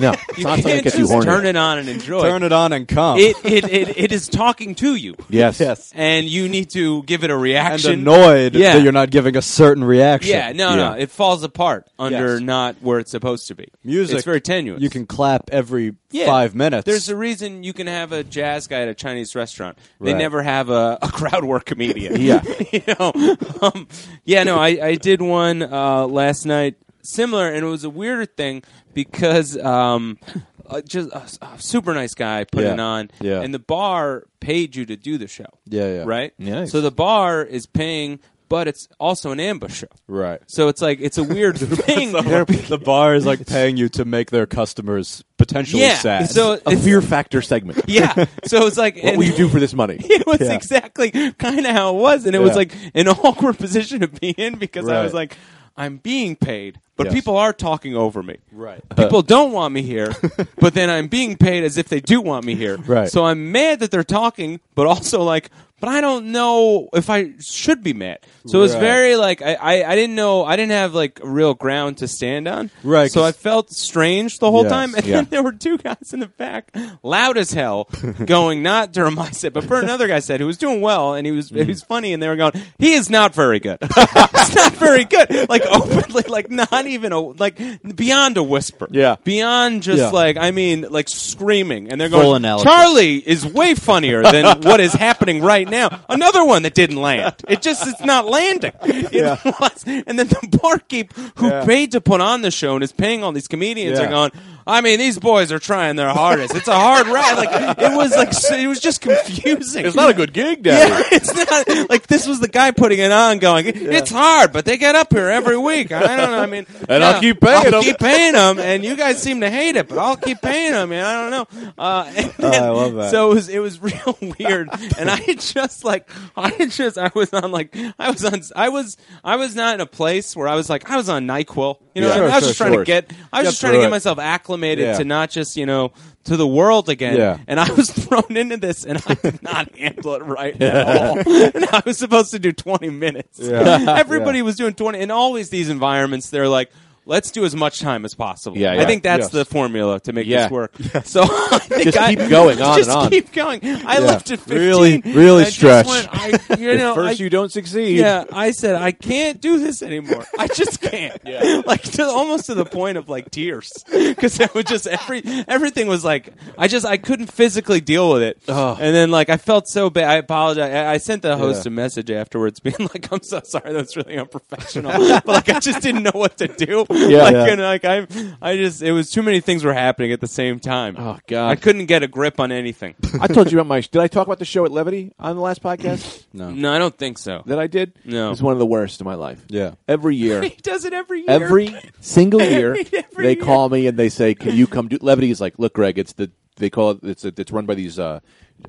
Speaker 1: No, it's
Speaker 2: You
Speaker 1: not something that
Speaker 2: can't
Speaker 1: gets you
Speaker 2: just
Speaker 1: horny.
Speaker 2: turn it on and enjoy
Speaker 3: Turn it on and come.
Speaker 2: it, it, it, it is talking to you.
Speaker 1: Yes.
Speaker 3: Yes.
Speaker 2: And you need to give it a
Speaker 3: and
Speaker 2: reaction.
Speaker 3: annoyed
Speaker 2: Yeah.
Speaker 3: that you're not giving a certain reaction.
Speaker 2: Yeah, no, no.
Speaker 1: Yeah.
Speaker 2: It falls apart under
Speaker 3: Yes.
Speaker 2: not where it's supposed to be.
Speaker 3: Music.
Speaker 2: It's very tenuous.
Speaker 3: You can clap every
Speaker 2: Yeah.
Speaker 3: five minutes.
Speaker 2: There's a reason you can have a jazz guy at a Chinese restaurant. They
Speaker 3: Right.
Speaker 2: never have a, a crowd work comedian.
Speaker 1: Yeah.
Speaker 2: you know. Um, yeah, no, I, I did one uh, last night similar, and it was a weirder thing because um, uh, just a, a super nice guy put
Speaker 3: Yeah.
Speaker 2: it on,
Speaker 3: Yeah.
Speaker 2: and the bar paid you to do the show.
Speaker 3: Yeah, yeah.
Speaker 2: Right.
Speaker 1: Nice.
Speaker 2: So the bar is paying, but it's also an ambush show.
Speaker 3: right.
Speaker 2: So it's like it's a weird thing.
Speaker 3: the bar is like paying you to make their customers potentially
Speaker 2: yeah.
Speaker 3: sad.
Speaker 2: So
Speaker 1: A
Speaker 2: it's,
Speaker 1: fear factor segment.
Speaker 2: yeah. So it's like
Speaker 1: What
Speaker 2: and-
Speaker 1: will you do for this money?
Speaker 2: it was
Speaker 3: Yeah.
Speaker 2: exactly kind of how it was, and it was
Speaker 3: Yeah.
Speaker 2: like an awkward position to be in because I was
Speaker 3: Right.
Speaker 2: like, I'm being paid, but
Speaker 3: Yes.
Speaker 2: people are talking over me.
Speaker 3: Right.
Speaker 2: People don't want me here, but then I'm being paid as if they do want me here.
Speaker 3: Right.
Speaker 2: So I'm mad that they're talking, but also like, but I don't know if I should be mad. So it's
Speaker 3: Right.
Speaker 2: very like I, I, I didn't know I didn't have like real ground to stand on.
Speaker 3: Right,
Speaker 2: So
Speaker 3: 'cause-
Speaker 2: I felt strange the whole
Speaker 3: Yes,
Speaker 2: time, and
Speaker 1: yeah.
Speaker 2: then there were two guys in the back, loud as hell, going not during my set, but for another guy said who was doing well and he was he
Speaker 3: Mm.
Speaker 2: was funny, and they were going, he is not very good. it's not very good. Like openly, like not even a like beyond a whisper.
Speaker 1: Yeah.
Speaker 2: beyond just
Speaker 3: Yeah.
Speaker 2: like I mean, like screaming, and they're
Speaker 3: Full
Speaker 2: going,
Speaker 3: analysis.
Speaker 2: Charlie is way funnier than what is happening right now. Another one that didn't land. It just it's not landing. It was, and then the barkeep who
Speaker 3: Yeah.
Speaker 2: paid to put on the show and is paying all these comedians
Speaker 3: Yeah.
Speaker 2: are going. I mean, these boys are trying their hardest. It's a hard ride. Like it was like so- it was just confusing.
Speaker 1: It's not a good gig, Daddy.
Speaker 2: Yeah, it's not like this was the guy putting it on, going, "It's hard, but they get up here every week." I don't know. I mean,
Speaker 1: And I'll keep paying
Speaker 2: I'll
Speaker 1: 'em."
Speaker 2: keep paying 'em, and you guys seem to hate it, but I'll keep paying them. And I don't know. Uh, and
Speaker 1: Oh,
Speaker 2: then-
Speaker 3: I love that.
Speaker 2: So it was it was real weird, and I just like I just I was on like I was on I was I was not in a place where I was like I was on Nyquil. You know,
Speaker 1: Yeah.
Speaker 2: what I,
Speaker 1: Sure,
Speaker 2: mean? I was
Speaker 1: sure,
Speaker 2: just trying
Speaker 1: sure.
Speaker 2: to get I was
Speaker 1: Get
Speaker 2: just trying to
Speaker 1: through
Speaker 2: get
Speaker 1: it.
Speaker 2: myself acclimated
Speaker 3: Yeah.
Speaker 2: to not just you know to the world again.
Speaker 3: Yeah.
Speaker 2: And I was thrown into this, and I did not handle it right at all. And I was supposed to do 20 minutes.
Speaker 3: Yeah.
Speaker 2: Everybody
Speaker 3: Yeah.
Speaker 2: was doing 20. In always these environments, they're like, let's do as much time as possible.
Speaker 1: Yeah,
Speaker 2: I
Speaker 1: yeah.
Speaker 2: think that's
Speaker 3: Yes.
Speaker 2: the formula to make
Speaker 1: Yeah.
Speaker 2: this work. So I think
Speaker 1: Just
Speaker 2: I-
Speaker 1: keep going on
Speaker 2: just
Speaker 1: and on.
Speaker 2: keep going. I left at 15.
Speaker 3: Really-
Speaker 2: and
Speaker 3: really
Speaker 2: I just
Speaker 3: stretch.
Speaker 2: went, I, you know,
Speaker 1: First,
Speaker 2: I-
Speaker 1: you don't succeed.
Speaker 2: yeah, I said I can't do this anymore. I just can't.
Speaker 1: Yeah.
Speaker 2: Like to, almost to the point of like tears because I would just every everything was like I just I couldn't physically deal with it.
Speaker 1: Oh.
Speaker 2: And then like I felt so bad. I apologize. I, I sent the host
Speaker 3: Yeah.
Speaker 2: a message afterwards, being like, "I'm so sorry. That's really unprofessional." but like I just didn't know what to do.
Speaker 1: Yeah,
Speaker 2: Like,
Speaker 3: yeah.
Speaker 2: And like I I just it was too many things were happening at the same time.
Speaker 1: Oh, God.
Speaker 2: I couldn't get a grip on anything.
Speaker 1: I told you about my. Did I talk about the show at Levity on the last podcast
Speaker 3: No.
Speaker 2: no, I don't think so.
Speaker 1: that I did?
Speaker 2: No.
Speaker 1: it's one of the worst in my life.
Speaker 3: Yeah.
Speaker 1: every year.
Speaker 2: he does it every year.
Speaker 1: Every single year,
Speaker 2: Every
Speaker 1: they
Speaker 2: year.
Speaker 1: call me and they say, "Can you come do?" Levity is like, "Look, Greg, it's the they call it it's it's run by these uh,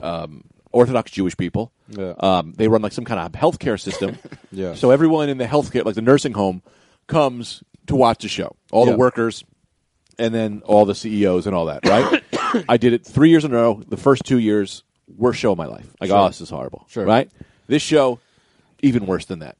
Speaker 1: um, Orthodox Jewish people.
Speaker 3: Yeah.
Speaker 1: Um, they run like some kind of healthcare system.
Speaker 3: Yeah.
Speaker 1: So everyone in the healthcare, like the nursing home, comes to watch the show. All
Speaker 3: Yeah.
Speaker 1: the workers, and then all the CEOs and all that. Right? I did it three years in a row. The first two years, worst show of my life. Like, oh, this is horrible.
Speaker 3: Sure.
Speaker 1: Right? This show, even worse than that.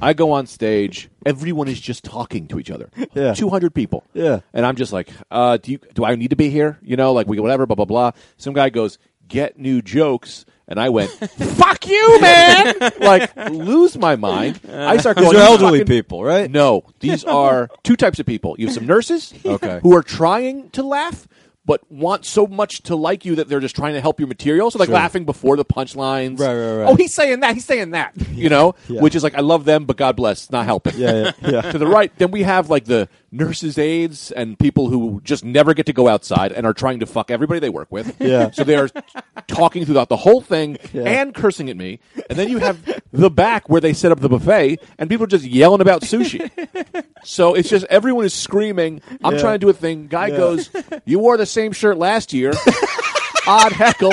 Speaker 1: I go on stage. Everyone is just talking to each other.
Speaker 3: Yeah.
Speaker 1: Two hundred people.
Speaker 3: Yeah.
Speaker 1: And I'm just like, uh, do you, do I need to be here? You know, like we whatever, blah blah blah. Some guy goes, get new jokes. And I went, "Fuck you, man!" like, lose my mind. I start going.
Speaker 3: These are
Speaker 1: "You
Speaker 3: elderly
Speaker 1: fucking-
Speaker 3: people, right?
Speaker 1: no, these are two types of people. You have some nurses
Speaker 3: Okay.
Speaker 1: who are trying to laugh but want so much to like you that they're just trying to help your material. So like
Speaker 3: Sure.
Speaker 1: laughing before the punchlines.
Speaker 3: Right, right, right.
Speaker 1: Oh, he's saying that, he's saying that. You know?
Speaker 3: Yeah.
Speaker 1: Which is like I love them, but God bless, it's not helping.
Speaker 3: Yeah, yeah, yeah.
Speaker 1: to the right, then we have like the nurses' aides and people who just never get to go outside and are trying to fuck everybody they work with.
Speaker 3: Yeah.
Speaker 1: So they are talking throughout the whole thing
Speaker 3: Yeah.
Speaker 1: and cursing at me. And then you have the back where they set up the buffet and people are just yelling about sushi. So it's just everyone is screaming. I'm
Speaker 3: Yeah.
Speaker 1: trying to do a thing. Guy
Speaker 3: Yeah.
Speaker 1: goes, "You wore the same shirt last year." Odd heckle.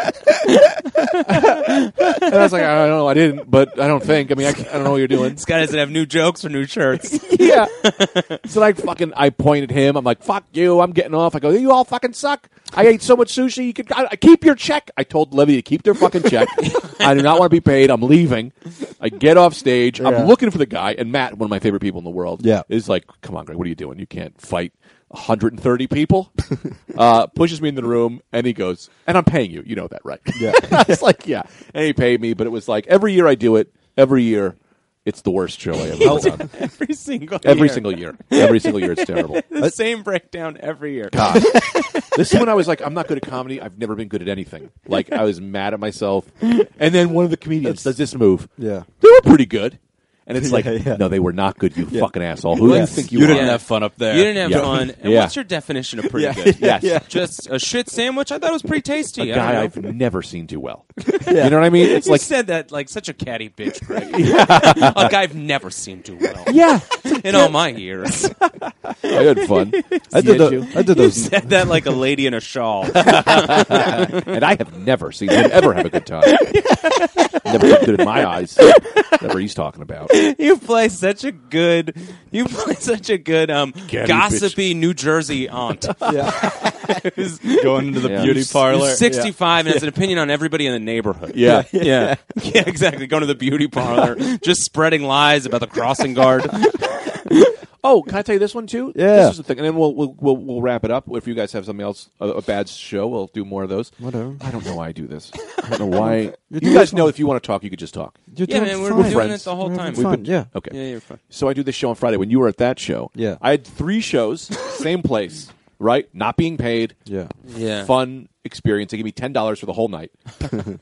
Speaker 1: and I was like, I don't know, I didn't, but I don't think. I mean, I, I don't know what you're doing.
Speaker 2: This guy doesn't have new jokes or new shirts.
Speaker 1: yeah. So I fucking I pointed him. I'm like, "Fuck you! I'm getting off." I go, "You all fucking suck. I ate so much sushi. You could I, I keep your check." I told Levy to keep their fucking check. I do not want to be paid. I'm leaving. I get off stage.
Speaker 3: Yeah.
Speaker 1: I'm looking for the guy, and Matt, one of my favorite people in the world,
Speaker 3: Yeah.
Speaker 1: is like, "Come on, Greg, what are you doing? You can't fight." 130 people uh, pushes me in the room and he goes and I'm paying you you know that right
Speaker 3: Yeah.
Speaker 1: I was like yeah and he paid me but it was like every year I do it every year it's the worst show I ever done
Speaker 2: every single
Speaker 1: Every
Speaker 2: year.
Speaker 1: single year. Every single year, it's terrible.
Speaker 2: the same breakdown every year.
Speaker 1: God. this is when I was like, I'm not good at comedy. I've never been good at anything. Like, I was mad at myself. And then one of the comedians does this move.
Speaker 3: Yeah.
Speaker 1: They were pretty good. And it's
Speaker 3: Yeah,
Speaker 1: like,
Speaker 3: yeah.
Speaker 1: no, they were not good, you fucking asshole. Who do you
Speaker 3: Yes.
Speaker 1: think you,
Speaker 3: You
Speaker 1: are?
Speaker 3: didn't have fun up there.
Speaker 2: You didn't have
Speaker 1: Yeah.
Speaker 2: fun. And
Speaker 1: Yeah.
Speaker 2: what's your definition of pretty
Speaker 3: Yeah.
Speaker 2: good?
Speaker 1: Yes.
Speaker 3: Yeah.
Speaker 2: Just a shit sandwich. I thought it was pretty tasty.
Speaker 1: A
Speaker 2: I don't
Speaker 1: guy
Speaker 2: know.
Speaker 1: I've never seen do well. You know what I mean? It's
Speaker 2: you
Speaker 1: like,
Speaker 2: said that like such a catty bitch, Greg. a guy I've never seen do well
Speaker 1: yeah,
Speaker 2: in all my years.
Speaker 1: I had fun.
Speaker 3: I did,
Speaker 1: Yes, you-
Speaker 3: the, I did
Speaker 2: you
Speaker 3: those.
Speaker 2: said that like a lady in a shawl.
Speaker 1: and I have never seen him ever have a good time. never looked good in my eyes. Whatever he's talking about.
Speaker 2: you play such a good. You play such a good um,
Speaker 1: you,
Speaker 2: gossipy New Jersey aunt. Who's-
Speaker 3: Going into the
Speaker 1: Yeah.
Speaker 3: beauty
Speaker 1: Who's-
Speaker 3: parlor.
Speaker 2: who's 65 and has an opinion on everybody in the neighborhood.
Speaker 1: Yeah.
Speaker 2: Yeah. Yeah, exactly. Going to the beauty parlor, just spreading lies about the crossing guard.
Speaker 1: Oh, can I tell you this one too?
Speaker 3: Yeah.
Speaker 1: this is the thing, and then we'll we'll we'll, we'll wrap it up. If you guys have something else, a, a bad show, we'll do more of those.
Speaker 3: Whatever.
Speaker 1: I don't know why I do this. I don't know why. you guys know if you want to talk, you could just talk.
Speaker 3: You're
Speaker 2: Yeah,
Speaker 3: doing
Speaker 2: man, we're
Speaker 3: fine.
Speaker 2: doing
Speaker 1: Friends.
Speaker 2: it the whole
Speaker 3: We're
Speaker 2: time.
Speaker 3: having fun. Yeah.
Speaker 1: Okay.
Speaker 2: Yeah, you're fine.
Speaker 1: So I do this show on Friday. When you were at that show,
Speaker 3: Yeah.
Speaker 1: I had three shows, same place, right? Not being paid.
Speaker 3: Yeah.
Speaker 2: Yeah.
Speaker 1: Fun experience. They give me ten dollars for the whole night.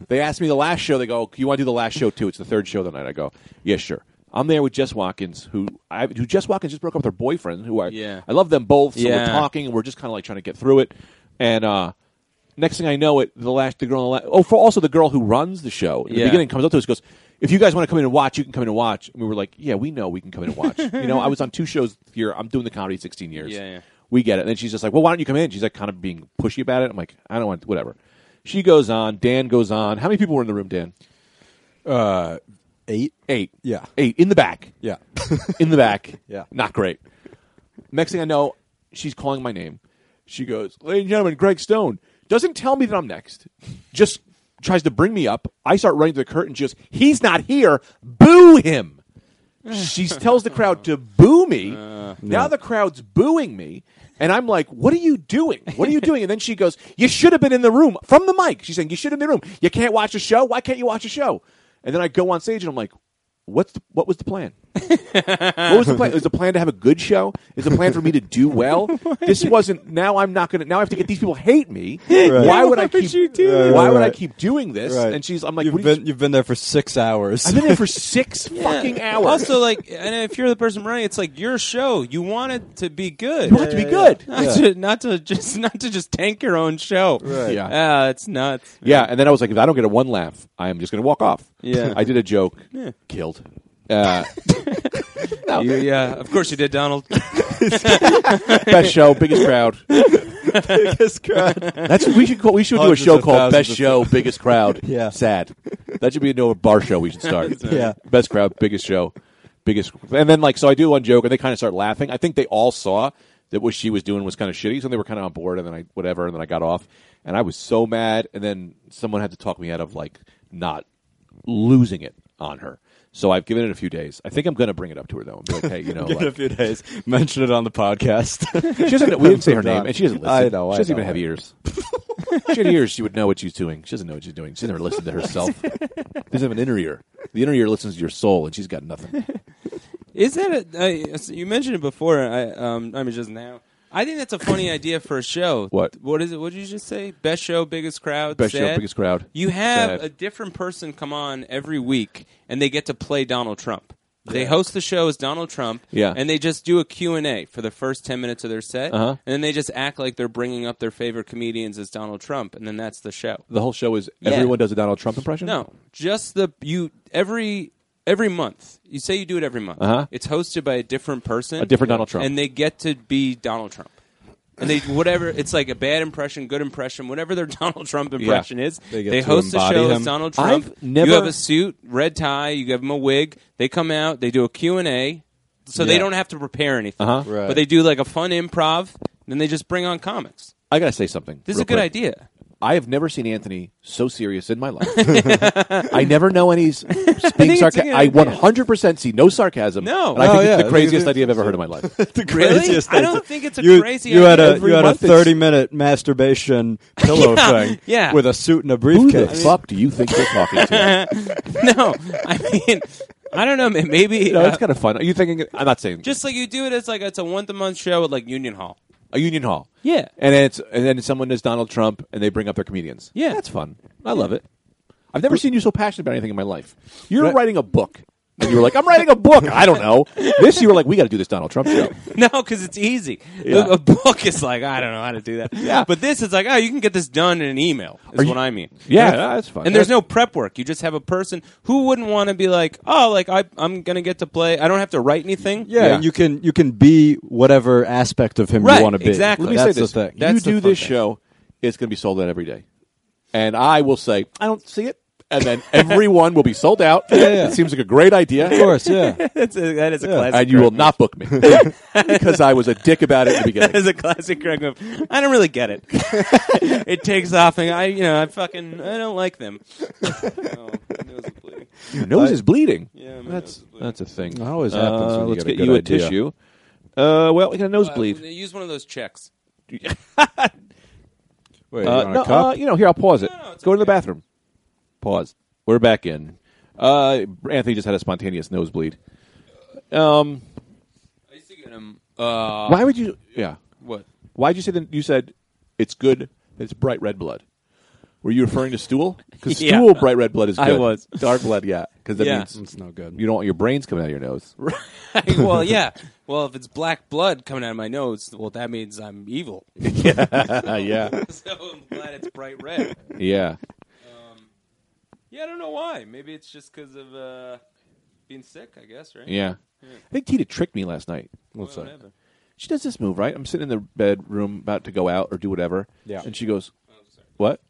Speaker 1: they asked me the last show. They go, "You want to do the last show too? It's the third show of the night." I go, "Yeah, sure." I'm there with Jess Watkins, who I, who Jess Watkins just broke up with her boyfriend, who I
Speaker 2: Yeah.
Speaker 1: I love them both. So
Speaker 2: Yeah.
Speaker 1: we're talking and we're just kind of like trying to get through it. And uh, next thing I know, it the last the girl on the la- oh for also the girl who runs the show in the
Speaker 2: Yeah.
Speaker 1: beginning comes up to us and goes, if you guys want to come in and watch, you can come in and watch. And we were like, yeah, we know we can come in and watch. you know, I was on two shows here. I'm doing the comedy 16 years.
Speaker 2: Yeah, yeah.
Speaker 1: We get it. And then she's just like, well, why don't you come in? She's like kind of being pushy about it. I'm like, I don't want, whatever. She goes on. Dan goes on. How many people were in the room, Dan?
Speaker 3: Uh, eight.
Speaker 1: Eight.
Speaker 3: Yeah.
Speaker 1: Eight. In the back.
Speaker 3: Yeah.
Speaker 1: in the back.
Speaker 3: Yeah.
Speaker 1: Not great. Next thing I know, she's calling my name. She goes, Ladies and gentlemen, Greg Stone doesn't tell me that I'm next. Just tries to bring me up. I start running to the curtain. She goes, He's not here. Boo him. She tells the crowd to boo me. now the crowd's booing me. And I'm like, what are you doing? What are you doing? And then she goes, You should have been in the room from the mic. She's saying, You should have been in the room. You can't watch a show. Why can't you watch a show? And then I go on stage and I'm like, What's the, what was the plan?
Speaker 2: Uh.
Speaker 1: What was the plan? Is the plan to have a good show? Is the plan for me to do well? this wasn't. Now I'm not gonna. Now I have to get these people hate me. Why would I
Speaker 2: would
Speaker 1: keep?
Speaker 2: you do
Speaker 1: why
Speaker 3: this?
Speaker 1: would I
Speaker 3: Right.
Speaker 1: keep doing this?
Speaker 3: Right.
Speaker 1: And she's. I'm like,
Speaker 3: you've
Speaker 1: what are you-
Speaker 3: been you've been there for six hours.
Speaker 1: I've been there for six fucking
Speaker 2: Yeah.
Speaker 1: hours.
Speaker 2: Also, like, and if you're the person running, it's like your show. You want it to be good.
Speaker 1: you want it to be good.
Speaker 2: Not, to, not to just not to just tank your own show.
Speaker 3: Right.
Speaker 1: Yeah.
Speaker 2: Yeah, it's nuts.
Speaker 1: Yeah, and then I was like, if I don't get a one laugh, I am just going to walk off.
Speaker 2: Yeah.
Speaker 1: I did a joke, killed. Uh,
Speaker 2: You- yeah, of course you did, Donald.
Speaker 1: best show, biggest crowd.
Speaker 3: biggest crowd.
Speaker 1: That's we should call, we should
Speaker 3: Hundreds
Speaker 1: do a show
Speaker 3: of
Speaker 1: called
Speaker 3: thousands
Speaker 1: Best
Speaker 3: of-
Speaker 1: Show, Biggest Crowd.
Speaker 3: Yeah.
Speaker 1: sad. That should be a new bar show we should start.
Speaker 3: Yeah.
Speaker 1: best crowd, biggest show, biggest. And then like so, I do one joke, and they kind of start laughing. I think they all saw that what she was doing was kind of shitty, so they were kind of on board. And then I whatever, and then I got off, and I was so mad. And then someone had to talk me out of like not losing it on her. So I've given it a few days. I think I'm going to bring it up to her though. And be like, hey, you know,
Speaker 3: In a
Speaker 1: like,
Speaker 3: few days, mention it on the podcast.
Speaker 1: she doesn't. We didn't say her
Speaker 3: Forgot.
Speaker 1: name, and she doesn't listen.
Speaker 3: I know, I
Speaker 1: She doesn't
Speaker 3: know.
Speaker 1: even have ears. she had ears, she would know what she's doing. She doesn't know what she's doing. She's never listened to herself. She doesn't have an inner ear. The inner ear listens to your soul, and she's got nothing.
Speaker 2: Is that a, uh, you mentioned it before? I um, I mean just now. I think that's a funny idea for a show.
Speaker 1: What?
Speaker 2: What is it? What did you just say? Best show, biggest crowd.
Speaker 1: Best show,
Speaker 2: sad?
Speaker 1: biggest crowd,
Speaker 2: You
Speaker 1: sad.
Speaker 2: have a different person come on every week, and they get to play Donald Trump. They host the show as Donald Trump,
Speaker 1: Yeah.
Speaker 2: and they just do a Q&A for the first 10 minutes of their set,
Speaker 1: Uh-huh.
Speaker 2: and then they just act like they're bringing up their favorite comedians as Donald Trump, and then that's the show.
Speaker 1: The whole show is
Speaker 2: Yeah.
Speaker 1: everyone does a Donald Trump impression.
Speaker 2: No, just the you every every month. You say you do it every month.
Speaker 1: Uh-huh.
Speaker 2: It's hosted by a different person,
Speaker 1: A different Donald Trump.
Speaker 2: and they get to be Donald Trump. And they whatever it's like a bad impression, good impression, whatever their Donald Trump impression is.
Speaker 3: They
Speaker 2: They,
Speaker 3: get to
Speaker 2: host a
Speaker 3: embody
Speaker 2: show
Speaker 3: him.
Speaker 2: as Donald Trump.
Speaker 1: I've never-
Speaker 2: You have a suit, red tie. You give them a wig. They come out. They do a Q and A, so
Speaker 3: Yeah.
Speaker 2: they don't have to prepare anything.
Speaker 1: Uh-huh.
Speaker 3: Right.
Speaker 2: But they do like a fun improv. and Then they just bring on comics.
Speaker 1: I gotta say something.
Speaker 2: This is
Speaker 1: real
Speaker 2: a good
Speaker 1: quick.
Speaker 2: idea.
Speaker 1: I have never seen Anthony so serious in my life. I never know when he's speaking
Speaker 2: it's a
Speaker 1: sarcasm.
Speaker 2: good
Speaker 1: I
Speaker 2: idea.
Speaker 1: 1't percent see no sarcasm.
Speaker 2: No.
Speaker 1: and I
Speaker 3: Oh,
Speaker 1: think
Speaker 3: yeah.
Speaker 1: it's the craziest idea I've ever heard in my life.
Speaker 3: the
Speaker 2: Really?
Speaker 3: craziest
Speaker 2: I
Speaker 3: thing.
Speaker 2: don't think it's a
Speaker 3: you,
Speaker 2: crazy
Speaker 3: You had a
Speaker 2: idea.
Speaker 3: you had
Speaker 1: Every
Speaker 3: a
Speaker 1: month
Speaker 3: thirty minute masturbation pillow thing.
Speaker 2: yeah.
Speaker 3: With a suit and a
Speaker 1: Who the
Speaker 3: briefcase.
Speaker 1: fuck do you think you're talking to?
Speaker 2: no, I mean, I don't know. ma- Maybe
Speaker 1: You know, it's
Speaker 2: uh,
Speaker 1: kind of fun. Are you thinking? I'm not saying
Speaker 2: just like you do it as like it's a once a month show at like Union Hall.
Speaker 1: a union hall.
Speaker 2: Yeah.
Speaker 1: and then it's and then someone does Donald Trump, and they bring up their comedians.
Speaker 2: Yeah.
Speaker 1: that's fun. I love it. I've never seen you so passionate about anything in my life. You're
Speaker 3: Right.
Speaker 1: writing a book, and you were like, "I'm writing a book." I don't know this. You were like, "We got to do this Donald Trump show."
Speaker 2: No, because it's easy.
Speaker 1: Yeah.
Speaker 2: A, a book is like I don't know how to do that.
Speaker 1: Yeah.
Speaker 2: but this is like oh, you can get this done in an email. Is
Speaker 1: Are you-
Speaker 2: what I mean.
Speaker 1: Yeah,
Speaker 2: And if-
Speaker 1: that's fun.
Speaker 2: And there's
Speaker 1: That's-
Speaker 2: no prep work. You just have a person who wouldn't want to be like, oh, like I, I'm gonna get to play. I don't have to write anything.
Speaker 3: Yeah,
Speaker 1: Yeah.
Speaker 3: and you can you can be whatever aspect of him
Speaker 2: Right,
Speaker 3: you want to be.
Speaker 2: exactly.
Speaker 1: Let me
Speaker 3: That's
Speaker 1: say this:
Speaker 3: the thing.
Speaker 1: you
Speaker 2: That's the
Speaker 1: do
Speaker 2: fun
Speaker 1: this
Speaker 2: thing.
Speaker 1: show, it's going to be sold out every day, and I will say, I don't see it. and then everyone will be sold out.
Speaker 3: yeah.
Speaker 1: It seems like a great idea.
Speaker 3: Of course, yeah.
Speaker 2: That's a, that is a
Speaker 3: Yeah.
Speaker 2: classic.
Speaker 1: and you will
Speaker 2: Greg
Speaker 1: not book me because I was a dick about it in the
Speaker 2: move. That
Speaker 1: beginning.
Speaker 2: is a classic Greg move. I don't really get it. it takes off, and I, you know, I fucking, I don't like them. oh, my nose is bleeding.
Speaker 1: Your nose is bleeding.
Speaker 2: Yeah, my nose
Speaker 1: That's
Speaker 2: is bleeding.
Speaker 1: that's a thing.
Speaker 3: It always happens
Speaker 1: Uh,
Speaker 3: when you
Speaker 1: let's
Speaker 3: get
Speaker 1: get,
Speaker 3: a good
Speaker 1: you a
Speaker 3: idea.
Speaker 1: tissue. Uh, well, we got a nosebleed.
Speaker 2: Uh, use one of those checks.
Speaker 3: Wait,
Speaker 1: Uh,
Speaker 3: you want
Speaker 1: no,
Speaker 3: a cup?
Speaker 1: uh, you know, here I'll pause it.
Speaker 2: No, no, it's
Speaker 1: Go to the
Speaker 2: okay.
Speaker 1: bathroom. Pause. We're back in. Uh, Anthony just had a spontaneous nosebleed. Um,
Speaker 2: I used to get them. Uh,
Speaker 1: why would you? Yeah.
Speaker 2: What?
Speaker 1: Why'd you say that? You said it's good. that It's bright red blood. Were you referring to stool? Because
Speaker 2: Yeah.
Speaker 1: stool bright red blood is good.
Speaker 2: I was.
Speaker 1: dark blood. Yeah, because that
Speaker 2: Yeah.
Speaker 1: means
Speaker 3: it's no good.
Speaker 1: you don't want your brains coming out of your nose.
Speaker 2: well, yeah. Well, if it's black blood coming out of my nose, well, that means I'm evil.
Speaker 1: yeah,
Speaker 2: so I'm glad it's bright red.
Speaker 1: yeah.
Speaker 2: Yeah, I don't know why. Maybe it's just because of uh, being sick, I guess, right?
Speaker 1: Yeah. I think Tita tricked me last night. What's
Speaker 2: Well,
Speaker 1: that?
Speaker 2: whatever.
Speaker 1: She does this move, right? I'm sitting in the bedroom about to go out or do whatever.
Speaker 3: Yeah.
Speaker 1: And she goes,
Speaker 2: sorry.
Speaker 1: What?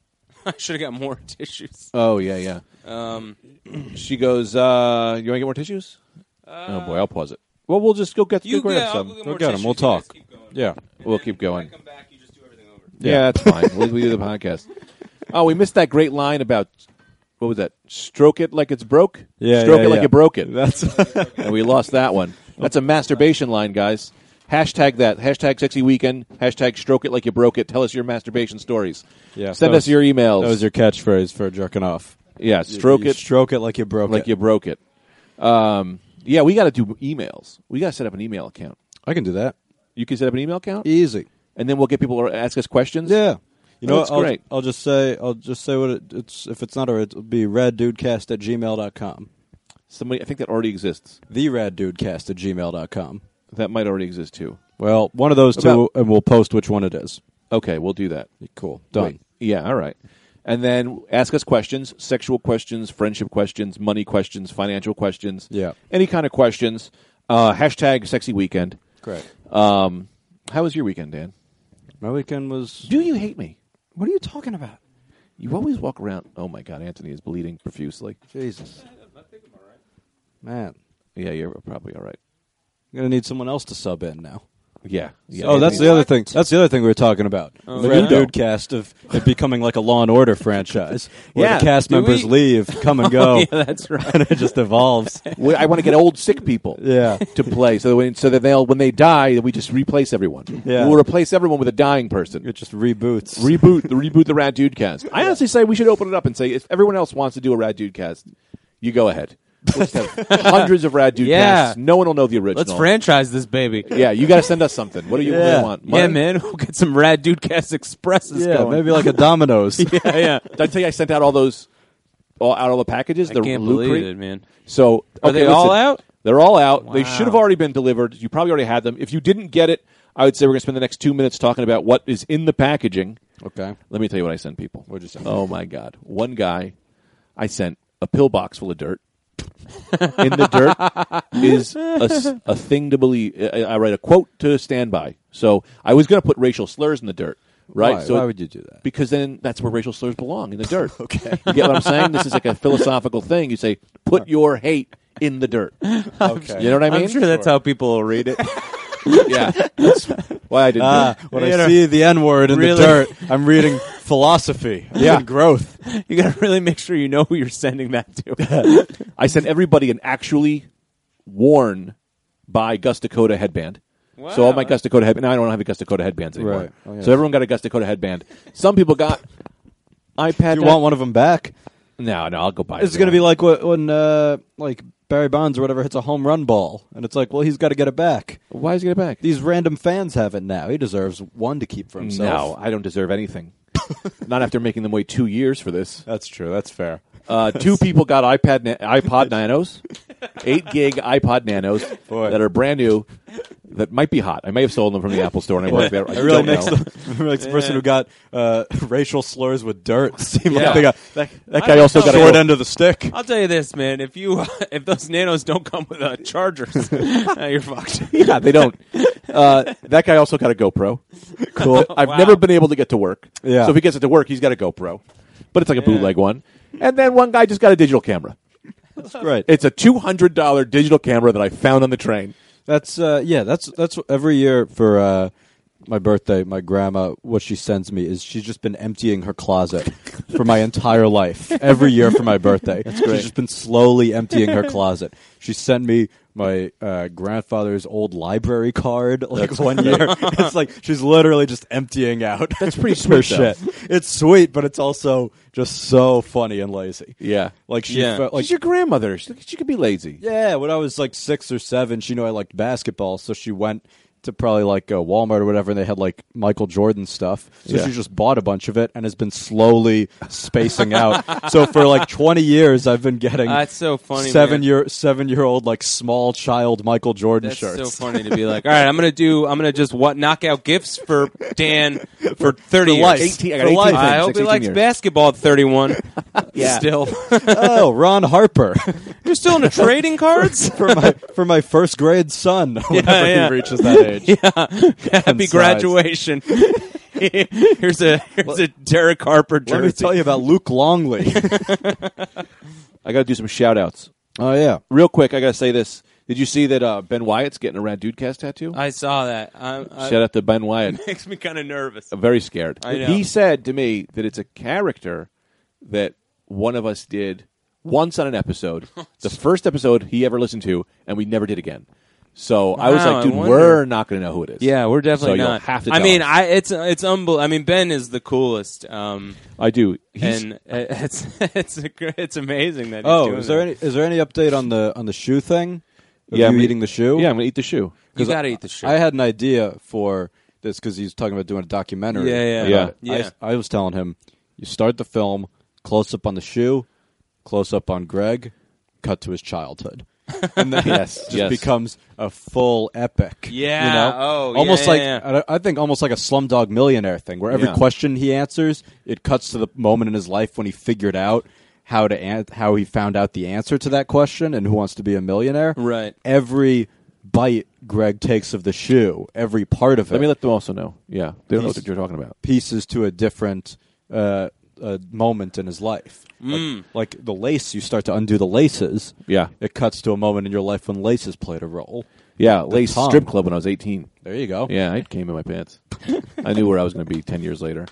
Speaker 2: I should have got more tissues.
Speaker 1: Oh, yeah, yeah.
Speaker 2: Um,
Speaker 1: She goes, uh, You want to get more tissues? oh, boy, I'll pause it. Well, we'll just go get,
Speaker 2: Uh, you
Speaker 1: go grab
Speaker 2: yeah,
Speaker 1: some.
Speaker 2: I'll get
Speaker 3: Go
Speaker 2: more
Speaker 3: get 'em.
Speaker 2: tissues.
Speaker 3: We'll
Speaker 2: You guys
Speaker 3: talk.
Speaker 2: keep going.
Speaker 3: Yeah.
Speaker 2: And
Speaker 1: We'll
Speaker 2: then
Speaker 1: keep
Speaker 2: when I
Speaker 1: going.
Speaker 2: come back, you just do everything over.
Speaker 1: yeah. that's fine. we we do the podcast. Oh, we missed that great line about, what was that? Stroke it like it's broke?
Speaker 3: Yeah,
Speaker 1: Stroke
Speaker 3: yeah,
Speaker 1: it like
Speaker 3: yeah.
Speaker 1: you broke it.
Speaker 3: That's
Speaker 1: and we lost that one. That's a masturbation line, guys. Hashtag that. Hashtag sexy weekend. Hashtag stroke it like you broke it. Tell us your masturbation stories.
Speaker 3: Yeah,
Speaker 1: Send
Speaker 3: that
Speaker 1: us your
Speaker 3: was-
Speaker 1: emails.
Speaker 3: that was your catchphrase for jerking off.
Speaker 1: yeah, stroke
Speaker 3: You
Speaker 1: it
Speaker 3: stroke it like you broke
Speaker 1: like
Speaker 3: it.
Speaker 1: you broke it. Um, yeah, we got to do emails. We got to set up an email account.
Speaker 3: I can do that
Speaker 1: You can set up an email account,
Speaker 3: easy.
Speaker 1: and then we'll get people to ask us questions.
Speaker 3: E- Yeah. You know,
Speaker 1: That's
Speaker 3: what? I'll,
Speaker 1: great.
Speaker 3: I'll just say, I'll just say what it, it's. If it's not, already, it'll be raddudecast at gmail.com.
Speaker 1: Somebody, I think that already exists.
Speaker 3: The raddudecast at gmail.com.
Speaker 1: That might already exist too.
Speaker 3: Well, one of those two,
Speaker 1: About-
Speaker 3: and we'll post which one it is.
Speaker 1: Okay, we'll do that.
Speaker 3: Cool. Done.
Speaker 1: Wait. Yeah, all right. And then ask us questions, sexual questions, friendship questions, money questions, financial questions.
Speaker 3: Yeah.
Speaker 1: Any kind of questions. Uh, hashtag sexy weekend.
Speaker 3: Great.
Speaker 1: Um, how was your weekend, Dan?
Speaker 3: My weekend was.
Speaker 1: Do you hate me?
Speaker 3: What are you talking about?
Speaker 1: You always walk around. Oh my God, Anthony is bleeding profusely.
Speaker 3: Jesus. Man.
Speaker 1: Yeah, you're probably all right.
Speaker 3: I'm going to need someone else to sub in now.
Speaker 1: Yeah. yeah
Speaker 3: oh, that's
Speaker 1: Anthony-
Speaker 3: the other thing. That's the other thing we were talking about. the
Speaker 1: yeah?
Speaker 3: Red Dudecast of it becoming like a Law and Order franchise, where
Speaker 1: Yeah.
Speaker 3: the cast
Speaker 2: Do
Speaker 3: members
Speaker 2: we-
Speaker 3: leave, come and
Speaker 1: Oh.
Speaker 3: go,
Speaker 2: Yeah, that's right.
Speaker 3: and it just evolves.
Speaker 1: We- I want to get old sick people.
Speaker 3: Yeah.
Speaker 1: To play, so that when, so that they'll when they die, we just replace everyone.
Speaker 3: Yeah.
Speaker 1: We'll replace everyone with a dying person.
Speaker 3: It just reboots.
Speaker 1: reboot the reboot the Rat Dude cast. I honestly say we should open it up and say if everyone else wants to do a Rat Dude cast, you go ahead. We'll just have hundreds of Rat Dude
Speaker 2: Yeah.
Speaker 1: casts. No one will know the original.
Speaker 2: Let's franchise this baby.
Speaker 1: Yeah, you got to send us something. What do you
Speaker 3: Yeah.
Speaker 1: really want?
Speaker 2: Yeah, man, we'll get some rad dude cast expresses
Speaker 3: yeah,
Speaker 2: going.
Speaker 3: maybe like a Domino's.
Speaker 2: yeah, yeah.
Speaker 1: Did I tell you I sent out all those, all out all the packages?
Speaker 2: I
Speaker 1: the
Speaker 2: can't
Speaker 1: Loot
Speaker 2: believe
Speaker 1: Crate?
Speaker 2: it, man.
Speaker 1: So
Speaker 2: Are
Speaker 1: okay,
Speaker 2: they all
Speaker 1: listen.
Speaker 2: out?
Speaker 1: They're all out. They
Speaker 2: Wow.
Speaker 1: should have already been delivered. You probably already had them. If you didn't get it, I would say we're going to spend the next two minutes talking about what is in the packaging.
Speaker 3: Okay.
Speaker 1: Let me tell you what I sent people.
Speaker 3: What'd you send?
Speaker 1: Oh my god! One guy, I sent a pillbox full of dirt. in the dirt is a, s- a thing to believe. I, I write a quote to stand by. So I was going to put racial slurs in the dirt, right?
Speaker 3: Why?
Speaker 1: so
Speaker 3: Why would you do that?
Speaker 1: Because then that's where racial slurs belong in the dirt. okay, you get what I'm saying? This is like a philosophical thing. You say, put your hate in the dirt.
Speaker 3: Okay.
Speaker 1: You know what I mean?
Speaker 2: I'm sure that's how people will read it. Uh,
Speaker 1: yeah. That's why I didn't.
Speaker 3: Ah,
Speaker 1: do it.
Speaker 3: when
Speaker 2: You
Speaker 3: I
Speaker 2: know-
Speaker 3: see the N word in
Speaker 2: Really?
Speaker 3: the dirt, I'm reading philosophy. I'm
Speaker 1: Yeah.
Speaker 3: reading growth.
Speaker 2: you got to really make sure you know who you're sending that to.
Speaker 1: I sent everybody an actually worn by Gus Dakota headband. So all my
Speaker 2: Wow.
Speaker 1: Gus Dakota headband. Now I don't have a Gus Dakota headbands anymore.
Speaker 3: Right. Oh, yeah.
Speaker 1: So everyone got a Gus Dakota headband. Some people got iPad.
Speaker 3: You want one of them back?
Speaker 1: No, no, I'll go buy.
Speaker 3: uh, It's going to be like what- when, uh, like Barry Bonds or whatever hits a home run ball, and it's like, well, he's got to get it back.
Speaker 1: Why is he get it back?
Speaker 3: These random fans have it now. He deserves one to keep for
Speaker 1: no,
Speaker 3: himself.
Speaker 1: I don't deserve anything. Not after making them wait two years for this.
Speaker 3: that's true. That's fair.
Speaker 1: Uh, two people got iPad na- iPod Nanos, eight gig iPod Nanos
Speaker 3: Boy.
Speaker 1: that are brand new, that might be hot. I may have stolen them from the Apple Store, and I worked there. I
Speaker 3: It really
Speaker 1: don't
Speaker 3: makes
Speaker 1: know.
Speaker 3: the, it makes the person who got uh, racial slurs with dirt seem
Speaker 2: Yeah.
Speaker 3: like they got
Speaker 2: That-
Speaker 3: that
Speaker 2: I
Speaker 3: guy
Speaker 2: don't
Speaker 3: also
Speaker 2: know.
Speaker 3: got a
Speaker 2: Short
Speaker 3: short end of the stick.
Speaker 2: I'll tell you this, man. If you if those nanos don't come with uh, chargers, uh, you're fucked.
Speaker 1: yeah, they don't. Uh, that guy also got a GoPro. Cool. I've
Speaker 2: Wow.
Speaker 3: Oh,
Speaker 1: never been able to get to work.
Speaker 3: Yeah.
Speaker 1: So if he gets it to work, he's got a GoPro, but it's like a bootleg one. and then one guy just got a digital camera.
Speaker 3: Right.
Speaker 1: It's a two hundred dollar digital camera that I found on the train.
Speaker 3: That's uh, yeah. That's that's every year for uh, my birthday. My grandma, what she sends me is she's just been emptying her closet for my entire life. Every year for my birthday, that's great. she's just been slowly emptying her closet. She sent me my uh, grandfather's old library card like one year. it's like she's literally just emptying out. That's
Speaker 1: pretty
Speaker 3: her
Speaker 1: sweet, though.
Speaker 3: shit. It's sweet, but it's also just so funny and lazy.
Speaker 1: Yeah,
Speaker 3: Like she
Speaker 2: Yeah.
Speaker 3: felt like
Speaker 1: she's your grandmother. She, she could be lazy.
Speaker 3: yeah, when I was like six or seven, she knew I liked basketball, so she went to probably like uh, Walmart or whatever, and they had like Michael Jordan stuff. So
Speaker 1: Yeah.
Speaker 3: she just bought a bunch of it and has been slowly spacing out. So for like twenty years, I've been getting
Speaker 2: That's so funny.
Speaker 3: seven
Speaker 2: man.
Speaker 3: year seven year old like small child Michael Jordan
Speaker 2: That's
Speaker 3: shirts.
Speaker 2: so funny to be like, all right, I'm gonna do, I'm gonna just what knock out gifts for Dan for thirty years.
Speaker 3: life.
Speaker 1: 18, I got
Speaker 3: For
Speaker 1: 18
Speaker 3: life.
Speaker 1: things,
Speaker 2: I hope he
Speaker 1: 16
Speaker 2: likes
Speaker 1: years.
Speaker 2: basketball at 31.
Speaker 1: Yeah.
Speaker 2: Still,
Speaker 3: oh, Ron Harper
Speaker 2: you're still into trading cards.
Speaker 3: for my for my first grade son. Whenever
Speaker 2: yeah.
Speaker 3: he reaches that age,
Speaker 2: Happy
Speaker 3: size.
Speaker 2: graduation. here's a here's a Derek Harper jersey.
Speaker 3: let me tell you about Luke Longley.
Speaker 1: I got to do some shout outs.
Speaker 3: oh yeah,
Speaker 1: Real quick, I got to say this. Did you see that uh, Ben Wyatt's getting a Rat Dudecast tattoo?
Speaker 2: I saw that. I,
Speaker 3: Uh,
Speaker 2: I,
Speaker 1: Shout out to Ben Wyatt.
Speaker 2: makes me kind of nervous.
Speaker 1: I'm Uh, very scared.
Speaker 2: I know.
Speaker 1: He said to me that it's a character that one of us did once on an episode, the first episode he ever listened to, and we never did again. So I was
Speaker 2: Wow,
Speaker 1: like,
Speaker 2: I
Speaker 1: dude,
Speaker 2: wonder.
Speaker 1: we're not going to know who it is.
Speaker 2: Yeah, we're definitely
Speaker 1: so
Speaker 2: not.
Speaker 1: You'll have to.
Speaker 2: I
Speaker 1: tell
Speaker 2: mean,
Speaker 1: us.
Speaker 2: I it's it's unbelievable. I mean, Ben is the coolest. Um,
Speaker 1: I do. He's,
Speaker 2: and it's it's a, gr- it's amazing that. He's
Speaker 3: Oh,
Speaker 2: doing
Speaker 3: is there
Speaker 2: that.
Speaker 3: any is there any update on the on the shoe thing? Of
Speaker 1: Yeah,
Speaker 3: you
Speaker 1: I'm
Speaker 3: eating the shoe.
Speaker 1: yeah, I'm going to eat the shoe.
Speaker 2: You gotta eat the shit.
Speaker 3: I had an idea for this because he's talking about doing a documentary.
Speaker 2: Yeah, yeah.
Speaker 3: about
Speaker 2: Yeah.
Speaker 3: it. I-
Speaker 2: Yeah.
Speaker 3: I, was telling him, you start the film, close up on the shoe, close up on Greg, cut to his childhood. And then yes, just
Speaker 1: yes.
Speaker 3: becomes a full epic.
Speaker 2: Yeah,
Speaker 3: you know,
Speaker 2: oh, yeah,
Speaker 3: almost
Speaker 2: yeah,
Speaker 3: like
Speaker 2: yeah.
Speaker 3: I I think almost like a Slumdog Millionaire thing, where every
Speaker 1: Yeah.
Speaker 3: question he answers, it cuts to the moment in his life when he figured out how to an- how he found out the answer to that question and who wants to be a millionaire.
Speaker 2: Right.
Speaker 3: Every bite Greg takes of the shoe, every part of it,
Speaker 1: Let me let them also know. Yeah, they don't know
Speaker 3: He's-
Speaker 1: what you're talking about.
Speaker 3: pieces to a different uh, uh, moment in his life. Like, like the lace, you start to undo the laces.
Speaker 1: Mm. Yeah.
Speaker 3: It cuts to a moment in your life when laces played a role.
Speaker 1: Yeah, Lace
Speaker 3: tongue.
Speaker 1: Strip Club when I was 18.
Speaker 3: There you go.
Speaker 1: Yeah, I came in my pants. I knew where I was going to be 10 years later.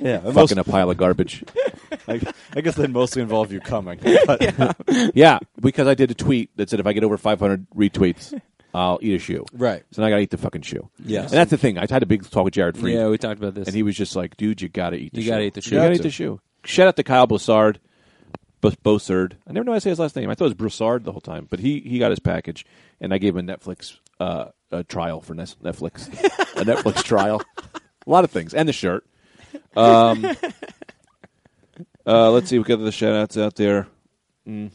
Speaker 3: yeah. and most-
Speaker 1: Fucking a pile of garbage.
Speaker 3: I, I guess they mostly involve you coming. But
Speaker 1: Yeah, because I did a tweet that said if I get over 500 retweets, I'll eat a shoe.
Speaker 3: Right.
Speaker 1: So now I got to eat the fucking shoe.
Speaker 3: Yes.
Speaker 1: And that's the thing. I had a big talk with Jared Fried,
Speaker 2: Yeah, we talked about this.
Speaker 1: and he was just like, "Dude, you got to eat. The
Speaker 2: You
Speaker 1: shoe.
Speaker 2: gotta eat the shoe.
Speaker 1: You got to eat
Speaker 2: Yeah.
Speaker 1: the shoe." Shout out to Kyle Bossard. Bos- Bossard. I never know how to say his last name. I thought it was Broussard the whole time, but he he got his package, and I gave him a Netflix uh, a trial for Nes- Netflix, a Netflix trial, a lot of things, and the shirt. Um, uh, let's see. We got the shout outs out there. Mm.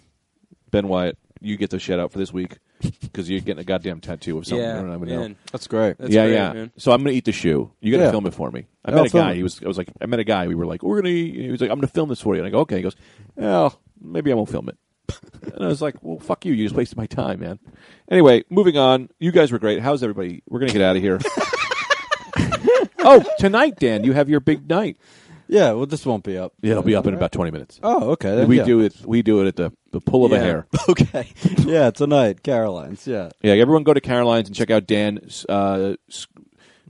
Speaker 1: Ben Wyatt, you get the shout out for this week because you're getting a goddamn tattoo of something. I
Speaker 2: yeah,
Speaker 1: don't even know.
Speaker 2: man.
Speaker 3: that's great.
Speaker 2: That's
Speaker 1: yeah,
Speaker 2: great,
Speaker 1: yeah.
Speaker 2: man.
Speaker 1: So I'm gonna eat the shoe. You gotta
Speaker 3: Yeah.
Speaker 1: film it for me. I
Speaker 3: Yeah,
Speaker 1: met
Speaker 3: I'll
Speaker 1: a
Speaker 3: film
Speaker 1: guy.
Speaker 3: it.
Speaker 1: He was. I was like, I met a guy. We were like, we're gonna. eat- He was like, I'm gonna film this for you. And I go, okay. He goes, well, maybe I won't film it. and I was like, well, fuck you. You just wasted my time, man. Anyway, moving on. You guys were great. How's everybody? We're gonna get out of here. oh, tonight, Dan, you have your big night.
Speaker 3: Yeah, well, this won't be up.
Speaker 1: Yeah, it'll be up in about 20 minutes.
Speaker 3: Oh, okay. then,
Speaker 1: we
Speaker 3: yeah.
Speaker 1: do it. We do it at the, the pull of a
Speaker 2: Yeah.
Speaker 1: hair.
Speaker 3: Okay. yeah, tonight, Caroline's. Yeah.
Speaker 1: Yeah, everyone go to Caroline's and check out Dan. Uh, s-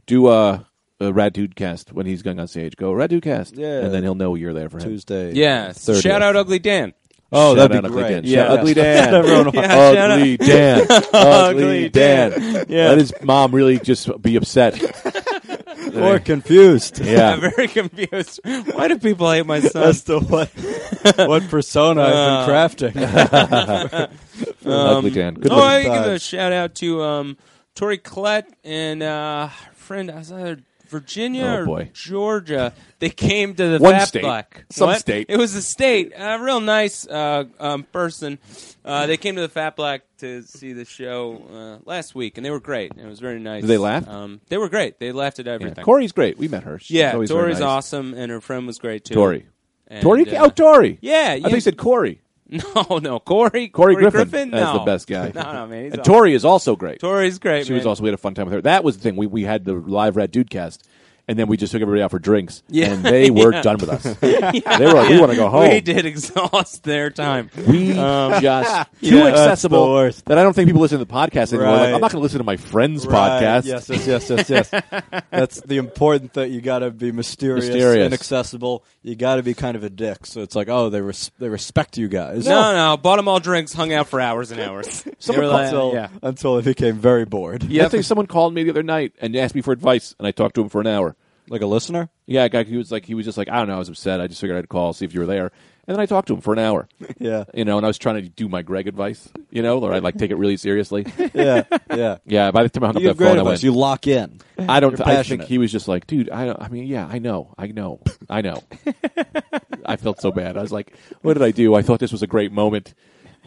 Speaker 1: do uh, a Rad Dude cast when he's going on stage. Go Rad Dude cast,
Speaker 3: Yeah.
Speaker 1: and then he'll know you're there for him.
Speaker 3: Tuesday.
Speaker 2: Yeah.
Speaker 1: 30th.
Speaker 2: Shout out Ugly Dan.
Speaker 3: Oh,
Speaker 1: Shout
Speaker 3: that'd
Speaker 1: out
Speaker 3: be
Speaker 1: Ugly
Speaker 3: great.
Speaker 1: Dan.
Speaker 3: Yeah.
Speaker 1: Shout- Ugly Dan.
Speaker 3: Everyone wants-
Speaker 2: Yeah, shout
Speaker 1: ugly Dan, ugly
Speaker 2: Ugly
Speaker 1: Dan.
Speaker 3: Yeah.
Speaker 1: Let his mom really just be upset.
Speaker 3: Or confused.
Speaker 2: I'm
Speaker 1: yeah,
Speaker 2: very confused. Why do people hate my son?
Speaker 3: As to what, what persona
Speaker 1: Uh,
Speaker 3: I've been crafting.
Speaker 1: ugly Dan. Good
Speaker 2: oh,
Speaker 1: looking.
Speaker 2: I give a
Speaker 3: times.
Speaker 2: shout out to um, Tori Collette and uh, her friend. I was either Virginia
Speaker 1: Oh,
Speaker 2: or
Speaker 1: boy.
Speaker 2: Georgia. They came to the
Speaker 1: One
Speaker 2: Fab
Speaker 1: state.
Speaker 2: Black.
Speaker 1: Some
Speaker 2: What?
Speaker 1: state.
Speaker 2: It was a state. A real nice uh, um, person. Uh, they came to the Fat Black to see the show uh, last week, and they were great. It was very nice.
Speaker 1: Did they laugh?
Speaker 2: Um, they were great. They laughed at everything.
Speaker 1: Yeah, Corey's great. We met her. She's
Speaker 2: Yeah,
Speaker 1: always very
Speaker 2: Tori's
Speaker 1: nice.
Speaker 2: awesome, and her friend was great too.
Speaker 1: Tori.
Speaker 2: And,
Speaker 1: Tori.
Speaker 2: uh,
Speaker 1: oh, Tori.
Speaker 2: yeah,
Speaker 1: I
Speaker 2: yeah.
Speaker 1: think he said Corey.
Speaker 2: no, no, Corey,
Speaker 1: Corey, Griffin,
Speaker 2: no.
Speaker 1: as the best guy.
Speaker 2: No, no, man, he's
Speaker 1: and
Speaker 2: awesome.
Speaker 1: Tori is also great.
Speaker 2: Tori's great.
Speaker 1: She was
Speaker 2: man.
Speaker 1: also we had a fun time with her. That was the thing. We we had the live Rat Dude cast, and then we just took everybody out for drinks.
Speaker 2: Yeah.
Speaker 1: and they were
Speaker 2: Yeah.
Speaker 1: done with us. They were like, "We want to go home."
Speaker 2: We did exhaust their time.
Speaker 1: We just too
Speaker 3: Um, Yeah, that's the
Speaker 1: accessible
Speaker 3: worst.
Speaker 1: that I don't think people listen to the podcast anymore. Like,
Speaker 3: Right.
Speaker 1: I'm not going to listen to my friend's
Speaker 3: Right.
Speaker 1: podcast.
Speaker 3: Yes, yes, yes, yes, yes. That's the important thing. You got to be mysterious,
Speaker 1: Mysterious.
Speaker 3: inaccessible. You got to be kind of a dick. So it's like, oh, they res- they respect you guys.
Speaker 2: No, no, bought them all drinks, hung out for hours and hours.
Speaker 1: Someone
Speaker 2: They were like-
Speaker 3: until
Speaker 2: yeah.
Speaker 3: until I became very bored.
Speaker 1: Yeah, I think someone called me the other night and asked me for advice, and I talked to him for an hour.
Speaker 3: like a listener.
Speaker 1: Yeah, a guy, he was like, he was just like, I don't know, I was upset. I just figured I'd call, see if you were there, and then I talked to him for an hour.
Speaker 3: Yeah,
Speaker 1: You know, and I was trying to do my Greg advice. You know, or I like take it really seriously.
Speaker 3: yeah, yeah.
Speaker 1: Yeah, by the time I hung
Speaker 3: You
Speaker 1: up that
Speaker 3: give great
Speaker 1: phone, I
Speaker 3: advice.
Speaker 1: went.
Speaker 3: You lock in.
Speaker 1: I don't.
Speaker 3: You're
Speaker 1: I think
Speaker 3: passionate.
Speaker 1: he was just like, dude. I. I mean, yeah. I know. I know. I know. I felt so bad. I was like, what did I do? I thought this was a great moment,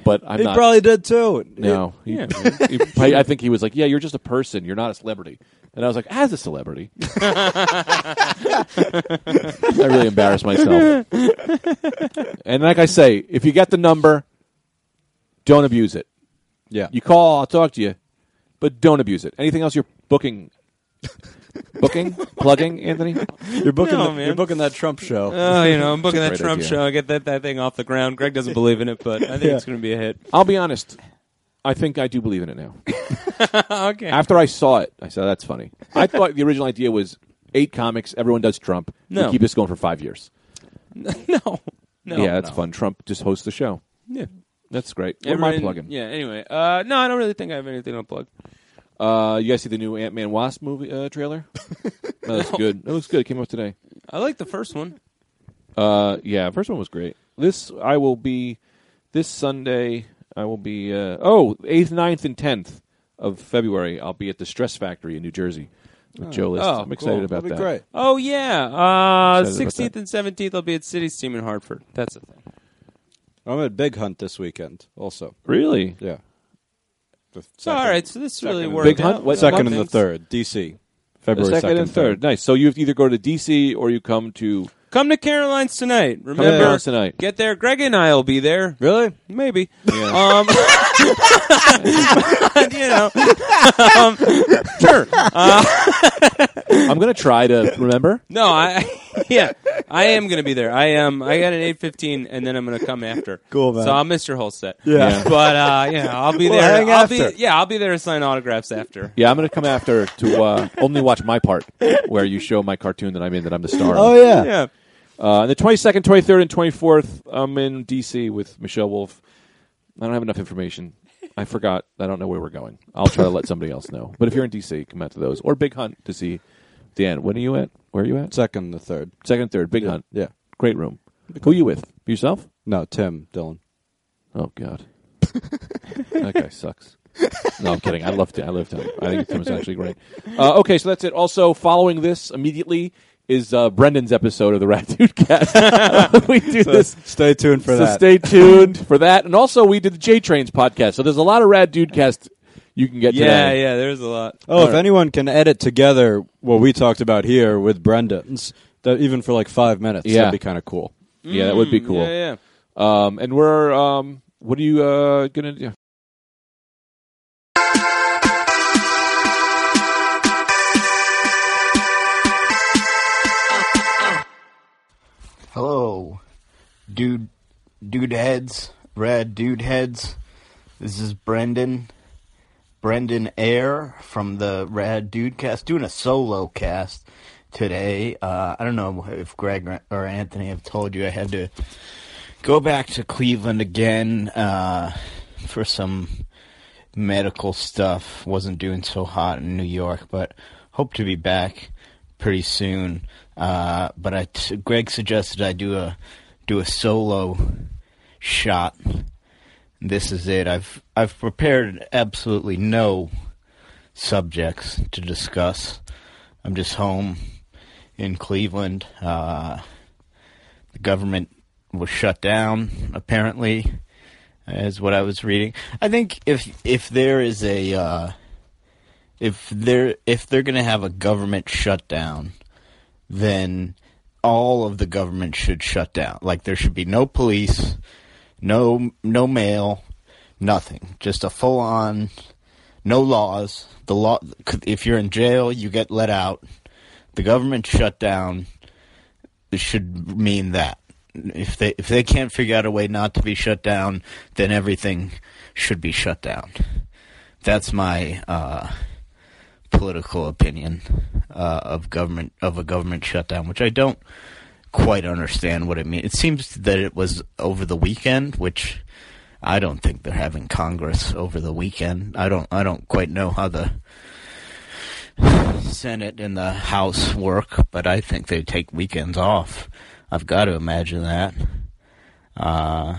Speaker 1: but I'm
Speaker 3: He
Speaker 1: not.
Speaker 3: probably did too.
Speaker 1: no. He- he- I, I think he was like, yeah. You're just a person. You're not a celebrity. And I was like, as a celebrity, I really embarrassed myself. And like I say, if you get the number, don't abuse it.
Speaker 3: Yeah,
Speaker 1: You call, I'll talk to you, but don't abuse it. Anything else you're booking? booking, plugging, Anthony.
Speaker 3: you're booking.
Speaker 2: No,
Speaker 3: the-
Speaker 2: man.
Speaker 3: you're booking that Trump show.
Speaker 2: Oh, you know, I'm booking that
Speaker 1: great
Speaker 2: Trump
Speaker 1: idea.
Speaker 2: show. I get that, that thing off the ground. Greg doesn't believe in it, but I think
Speaker 3: Yeah.
Speaker 2: it's going to be a hit.
Speaker 1: I'll be honest. I think I do believe in it now.
Speaker 2: okay.
Speaker 1: After I saw it, I said, "That's funny." I thought the original idea was eight comics, everyone does Trump. We
Speaker 2: No.
Speaker 1: keep this going for five years.
Speaker 2: no. No.
Speaker 1: yeah, that's fun. Trump just hosts the show.
Speaker 2: Yeah.
Speaker 1: That's great. What am I
Speaker 2: Everyone-
Speaker 1: plugging?
Speaker 2: Yeah, anyway. Uh, no, I don't really think I have anything to plug.
Speaker 1: Uh, you guys see the new Ant Man Wasp movie uh, trailer? that looks good. That looks good. It came out today.
Speaker 2: I like the first one.
Speaker 1: Uh, yeah, first one was great. This I will be this Sunday. I will be uh, oh eighth, 9th, and tenth of February. I'll be at the Stress Factory in New Jersey with Joe List.
Speaker 2: oh,
Speaker 1: I'm excited
Speaker 2: cool.
Speaker 1: about that.
Speaker 3: That'd be great.
Speaker 2: Oh, yeah. Uh,
Speaker 1: Excited about
Speaker 2: 16th and 17th, I'll be at City Steam in Hartford. That's the thing.
Speaker 3: I'm at Big Hunt this weekend. Also,
Speaker 1: Really?
Speaker 3: yeah. The
Speaker 2: So, all
Speaker 3: second-
Speaker 2: right, so this really
Speaker 3: and
Speaker 2: worked
Speaker 1: Big Hunt?
Speaker 2: out.
Speaker 1: What-
Speaker 3: second
Speaker 1: Month
Speaker 3: and
Speaker 1: things.
Speaker 3: the third, DC,
Speaker 1: The
Speaker 3: February
Speaker 1: second, and third. Nice. So you have to either go to DC or you come to
Speaker 2: Come to Caroline's tonight. Remember,
Speaker 1: Caroline's tonight.
Speaker 2: get there. Greg and I will be there.
Speaker 3: Really?
Speaker 2: Maybe.
Speaker 1: Yeah.
Speaker 2: Um, you know. Um, sure.
Speaker 1: I'm gonna try to remember.
Speaker 2: No, I yeah, I am gonna be there. I am. I got an eight fifteen, and then I'm gonna come after.
Speaker 3: Cool, man.
Speaker 2: So I'll miss your whole set.
Speaker 3: Yeah.
Speaker 2: but uh, yeah, I'll be
Speaker 3: We'll
Speaker 2: there.
Speaker 3: hang
Speaker 2: I'll
Speaker 3: after.
Speaker 2: be yeah, I'll be there to sign autographs after.
Speaker 1: Yeah, I'm gonna come after to uh, only watch my part where you show my cartoon that I'm in that I'm the star.
Speaker 3: Oh
Speaker 1: of.
Speaker 3: yeah.
Speaker 2: Yeah,
Speaker 1: Uh, and the 22nd, 23rd, and 24th, I'm in D.C. with Michelle Wolf. I don't have enough information. I forgot. I don't know where we're going. I'll try to let somebody else know. But if you're in D.C., come out to those. Or Big Hunt to see Dan. When are you at? Where are you at?
Speaker 3: Second and the third.
Speaker 1: Second, and third. Big Hunt.
Speaker 3: Yeah.
Speaker 1: Great room. Who are you with? Yourself?
Speaker 3: No, Tim, Dylan.
Speaker 1: Oh, God. that guy sucks. No, I'm kidding. I love Tim. I love Tim. I think Tim is actually great. Uh, okay, so that's it. Also, following this immediately is uh, Brendan's episode of the Rat Dude Cast. we do this
Speaker 3: Stay tuned for
Speaker 1: so
Speaker 3: that.
Speaker 1: stay tuned for that. And also, we did the J Trains podcast. So there's a lot of rad dude cast you can get
Speaker 2: yeah,
Speaker 1: today.
Speaker 2: yeah. There's a lot.
Speaker 3: oh, if anyone can edit together what we talked about here with Brendan's, that even for like five minutes,
Speaker 1: Yeah.
Speaker 3: that'd be kind of cool.
Speaker 1: Yeah, that would be cool.
Speaker 2: Yeah, yeah.
Speaker 1: Um, and we're um, what are you uh, gonna do?
Speaker 4: Hello, dude, dude heads, red dude heads. This is Brendan, Brendan Air from the Rad Dude Cast, doing a solo cast today. Uh, I don't know if Greg or- or Anthony have told you I had to go back to Cleveland again uh, for some medical stuff. Wasn't doing so hot in New York, but hope to be back pretty soon. Uh, but I t- Greg suggested I do a do a solo shot. This is it. I've I've prepared absolutely no subjects to discuss. I'm just home in Cleveland. Uh, the government was shut down apparently is what i was reading i think if if there is a uh if they're if they're going to have a government shutdown then all of the government should shut down like there should be no police no no mail nothing just a full on no laws the law if you're in jail you get let out The government shutdown should mean that. If they if they can't figure out a way not to be shut down, then everything should be shut down. That's my uh, political opinion uh, of government of a government shutdown, which I don't quite understand what it means. It seems that it was over the weekend, which I don't think they're having Congress over the weekend. I don't I don't quite know how the Senate and the House work, but I think they take weekends off. I've got to imagine that. Uh,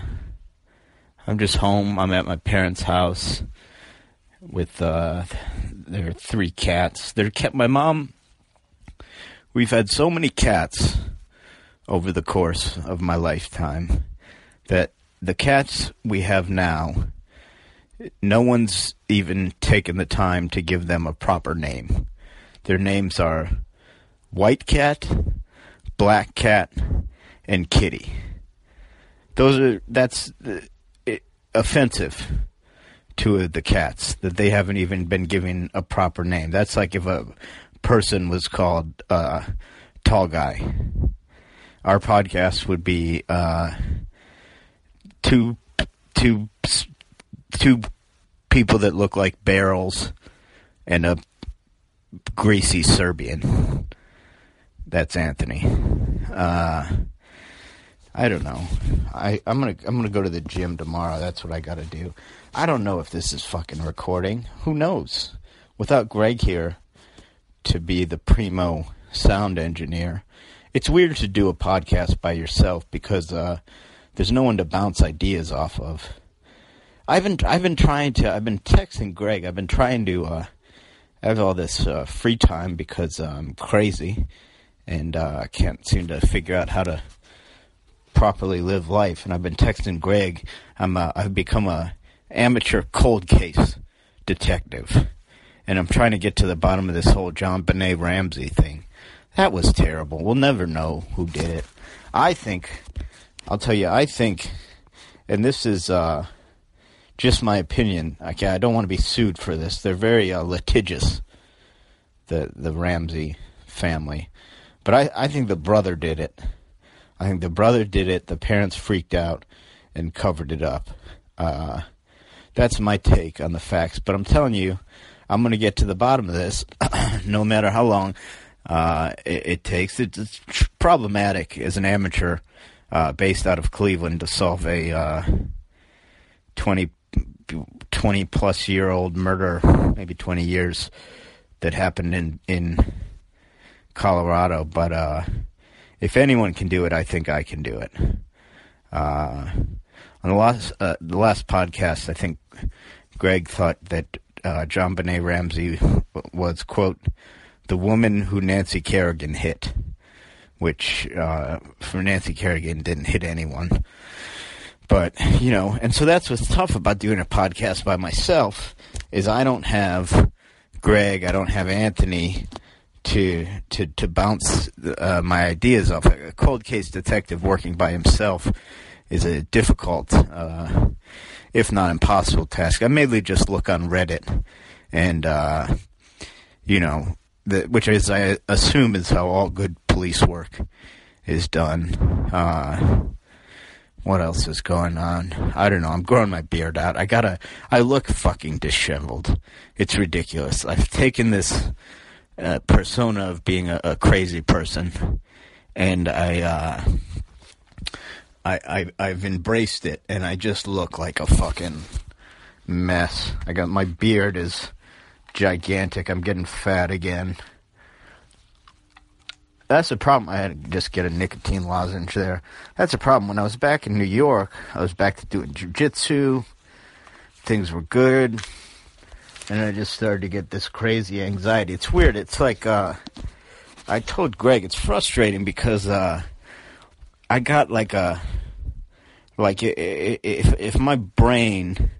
Speaker 4: I'm just home. I'm at my parents' house with uh, their three cats. Their cat, my mom. We've had so many cats over the course of my lifetime that the cats we have now, no one's even taken the time to give them a proper name. Their names are White Cat, Black Cat, and Kitty. Those are that's uh, it, offensive to the cats that they haven't even been given a proper name. That's like if a person was called uh, Tall Guy. Our podcast would be uh, two two two people that look like barrels and a greasy Serbian. That's Anthony. Uh, I don't know. I I'm gonna I'm gonna go to the gym tomorrow. That's what I gotta do. I don't know if this is fucking recording. Who knows? Without Greg here to be the primo sound engineer, it's weird to do a podcast by yourself because uh, there's no one to bounce ideas off of. I've been I've been trying to I've been texting Greg. I've been trying to uh, I have all this uh, free time because uh, I'm crazy and uh, I can't seem to figure out how to properly live life. And I've been texting Greg. I'm a, I've become a amateur cold case detective, and I'm trying to get to the bottom of this whole John Benet Ramsey thing. That was terrible. We'll never know who did it. I think I'll tell you. I think, and this is uh, just my opinion. Okay, I don't want to be sued for this. They're very uh, litigious. The the Ramsey family, but I, I think the brother did it. I think the brother did it. The parents freaked out and covered it up. Uh, that's my take on the facts. But I'm telling you, I'm going to get to the bottom of this, no matter how long uh, it, it takes. It's, it's tr- problematic as an amateur uh, based out of Cleveland to solve a uh, 20, 20 plus year old murder, maybe 20 years, that happened in, in Colorado. But uh, if anyone can do it, I think I can do it. Uh, on the last uh, the last podcast, I think Greg thought that uh, John Benet Ramsey w- was quote the woman who Nancy Kerrigan hit, which uh, for Nancy Kerrigan didn't hit anyone. But you know, and so that's what's tough about doing a podcast by myself is I don't have Greg, I don't have Anthony to to to bounce uh, my ideas off. A cold case detective working by himself is a difficult, uh, if not impossible, task. I mainly just look on Reddit, and uh, you know, the, which is I assume is how all good police work is done. Uh, what else is going on? I don't know. I'm growing my beard out. I gotta. I look fucking disheveled. It's ridiculous. I've taken this uh, persona of being a, a crazy person, and I, uh, I, I, I've embraced it, and I just look like a fucking mess. I got my beard is gigantic. I'm getting fat again. That's the problem. I had to just get a nicotine lozenge there. That's the problem. When I was back in New York, I was back to doing jujitsu. Things were good and I just started to get this crazy anxiety. It's weird. It's like uh, I told Greg, it's frustrating because uh, I got like a like i- i- if if my brain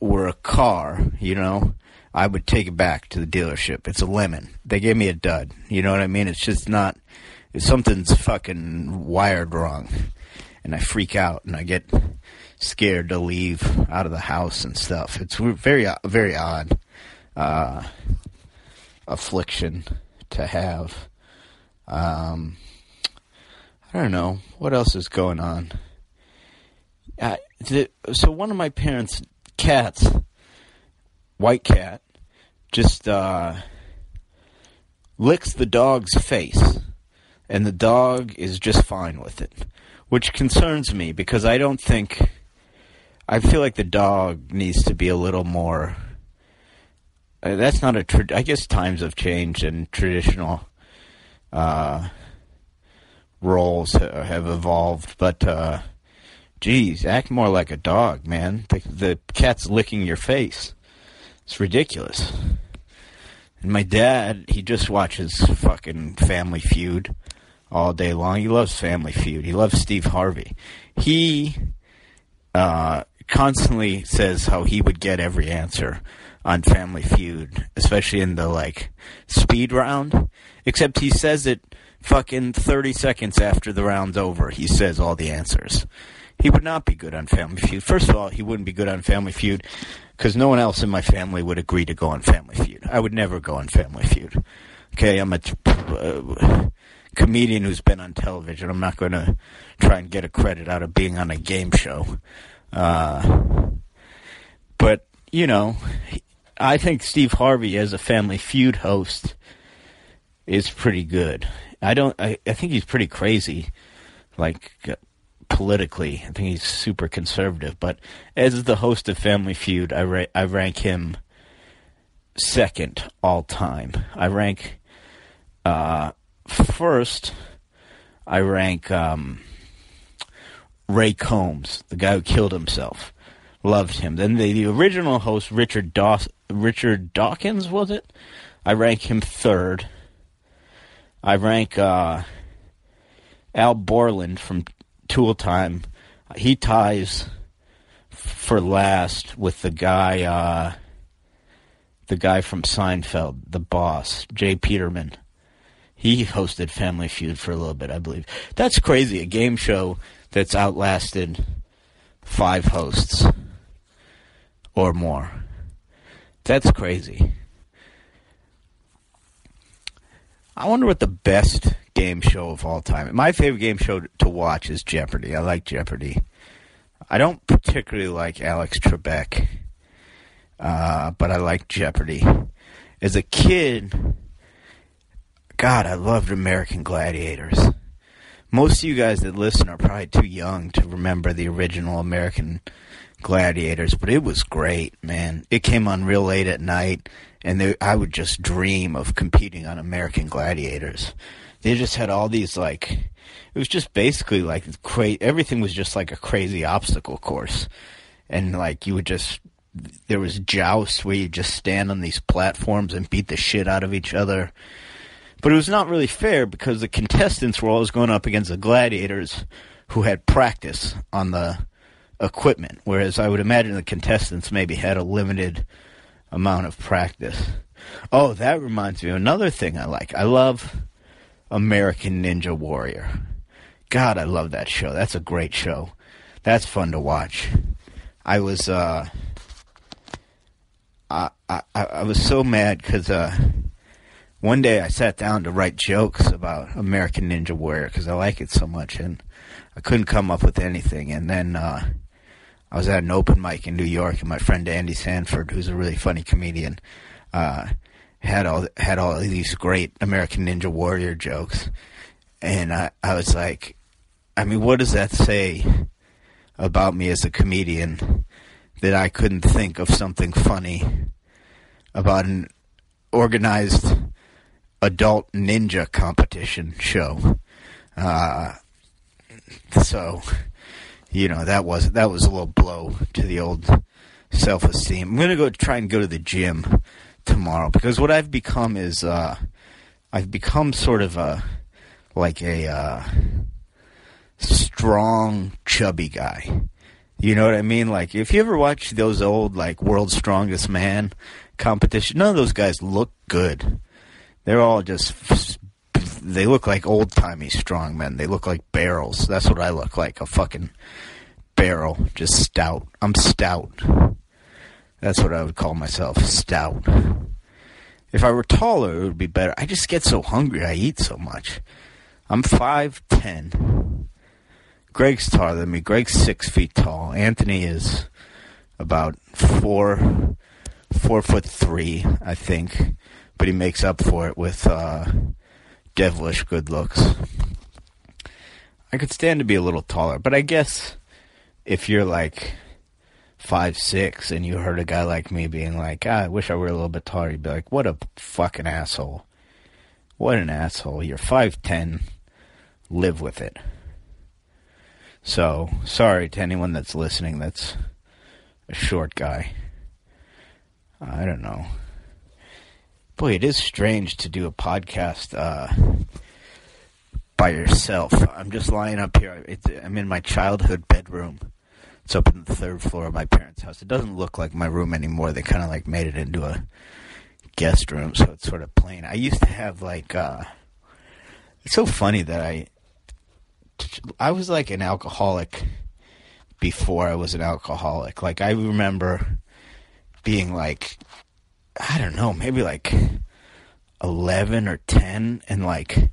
Speaker 4: were a car, you know, I would take it back to the dealership. It's a lemon. They gave me a dud. You know what I mean? It's just not. Something's fucking wired wrong, and I freak out and I get scared to leave out of the house and stuff. It's very very odd uh, affliction to have. Um, I don't know what else is going on. Uh, the, so one of my parents' cats, white cat, just uh, licks the dog's face, and the dog is just fine with it, which concerns me because I don't think. I feel like the dog needs to be a little more. Uh, that's not a. Tra- I guess times have changed and traditional uh, roles ha- have evolved, but uh, geez, act more like a dog, man. The, the cat's licking your face. It's ridiculous. And my dad, he just watches fucking Family Feud all day long. He loves Family Feud. He loves Steve Harvey. He uh, constantly says how he would get every answer on Family Feud, especially in the like speed round. Except he says it fucking thirty seconds after the round's over. He says all the answers. He would not be good on Family Feud. First of all, he wouldn't be good on Family Feud because no one else in my family would agree to go on Family Feud. I would never go on Family Feud. Okay, I'm a t- uh, comedian who's been on television. I'm not going to try and get a credit out of being on a game show. Uh, but, you know, I think Steve Harvey as a family feud host is pretty good. I don't, I, I think he's pretty crazy, like uh, politically. I think he's super conservative, but as the host of Family Feud, I, ra- I rank him second all time. I rank, uh, first, I rank, um, Ray Combs, the guy who killed himself, loved him. Then the, the original host, Richard Daw- Richard Dawkins, was it? I rank him third. I rank uh, Al Borland from Tool Time. He ties f- for last with the guy, uh, the guy from Seinfeld, the boss, Jay Peterman. He hosted Family Feud for a little bit, I believe. That's crazy. A game show that's outlasted five hosts or more. That's crazy. I wonder what the best game show of all time. My favorite game show to watch is Jeopardy. I like Jeopardy. I don't particularly like Alex Trebek, uh, but I like Jeopardy. As a kid, God, I loved American Gladiators. Most of you guys that listen are probably too young to remember the original American Gladiators, but it was great, man. It came on real late at night, and they, I would just dream of competing on American Gladiators. They just had all these like, it was just basically like cra- everything was just like a crazy obstacle course, and like you would just there was jousts where you just stand on these platforms and beat the shit out of each other. But it was not really fair because the contestants were always going up against the gladiators who had practice on the equipment, whereas I would imagine the contestants maybe had a limited amount of practice. Oh, that reminds me of another thing I like. I love American Ninja Warrior. God, I love that show. That's a great show. That's fun to watch. I was uh I I, I I was so mad cuz uh one day I sat down to write jokes about American Ninja Warrior because I like it so much, and I couldn't come up with anything. And then uh, I was at an open mic in New York, and my friend Andy Sanford, who's a really funny comedian, uh, had all had all of these great American Ninja Warrior jokes, and I, I was like, I mean, what does that say about me as a comedian that I couldn't think of something funny about an organized adult ninja competition show. Uh, so, you know, that was that was a little blow to the old self esteem. I'm gonna go try and go to the gym tomorrow because what I've become is uh, I've become sort of a like a uh, strong, chubby guy. You know what I mean? Like if you ever watch those old like World's Strongest Man competition, none of those guys look good. They're all just. They look like old timey strongmen. They look like barrels. That's what I look like a fucking barrel. Just stout. I'm stout. That's what I would call myself stout. If I were taller, it would be better. I just get so hungry. I eat so much. I'm 5'10. Greg's taller than me. Greg's six feet tall. Anthony is about four, four foot three, I think. But he makes up for it with uh, devilish good looks. I could stand to be a little taller, but I guess if you're like five six and you heard a guy like me being like, ah, I wish I were a little bit taller, you'd be like, What a fucking asshole. What an asshole. You're five ten. Live with it. So sorry to anyone that's listening that's a short guy. I don't know. Boy, it is strange to do a podcast uh by yourself. I'm just lying up here. It, I'm in my childhood bedroom. It's up in the third floor of my parents' house. It doesn't look like my room anymore. They kind of like made it into a guest room, so it's sort of plain. I used to have like. uh It's so funny that I. I was like an alcoholic before I was an alcoholic. Like I remember being like, I don't know, maybe like eleven or ten, and like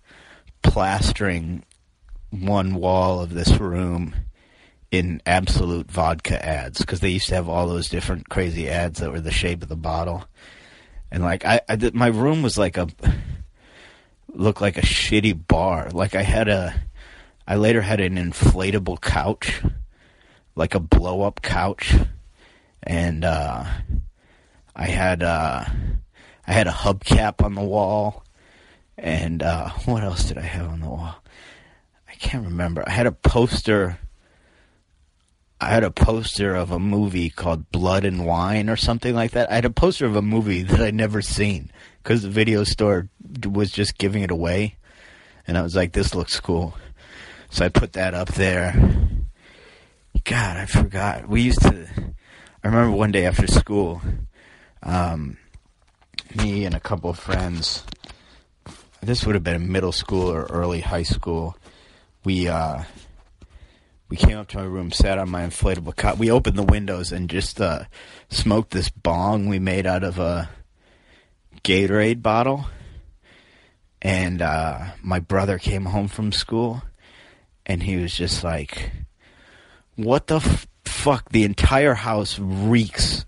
Speaker 4: plastering one wall of this room in absolute vodka ads because they used to have all those different crazy ads that were the shape of the bottle and like i, I did, my room was like a looked like a shitty bar like i had a i later had an inflatable couch like a blow up couch and uh i had uh i had a hubcap on the wall and uh, what else did I have on the wall? I can't remember. I had a poster. I had a poster of a movie called Blood and Wine or something like that. I had a poster of a movie that I'd never seen because the video store d- was just giving it away. And I was like, this looks cool. So I put that up there. God, I forgot. We used to. I remember one day after school, um, me and a couple of friends this would have been in middle school or early high school. We uh, we came up to my room, sat on my inflatable cot. We opened the windows and just uh, smoked this bong we made out of a Gatorade bottle. And uh, my brother came home from school, and he was just like, "What the f- fuck? The entire house reeks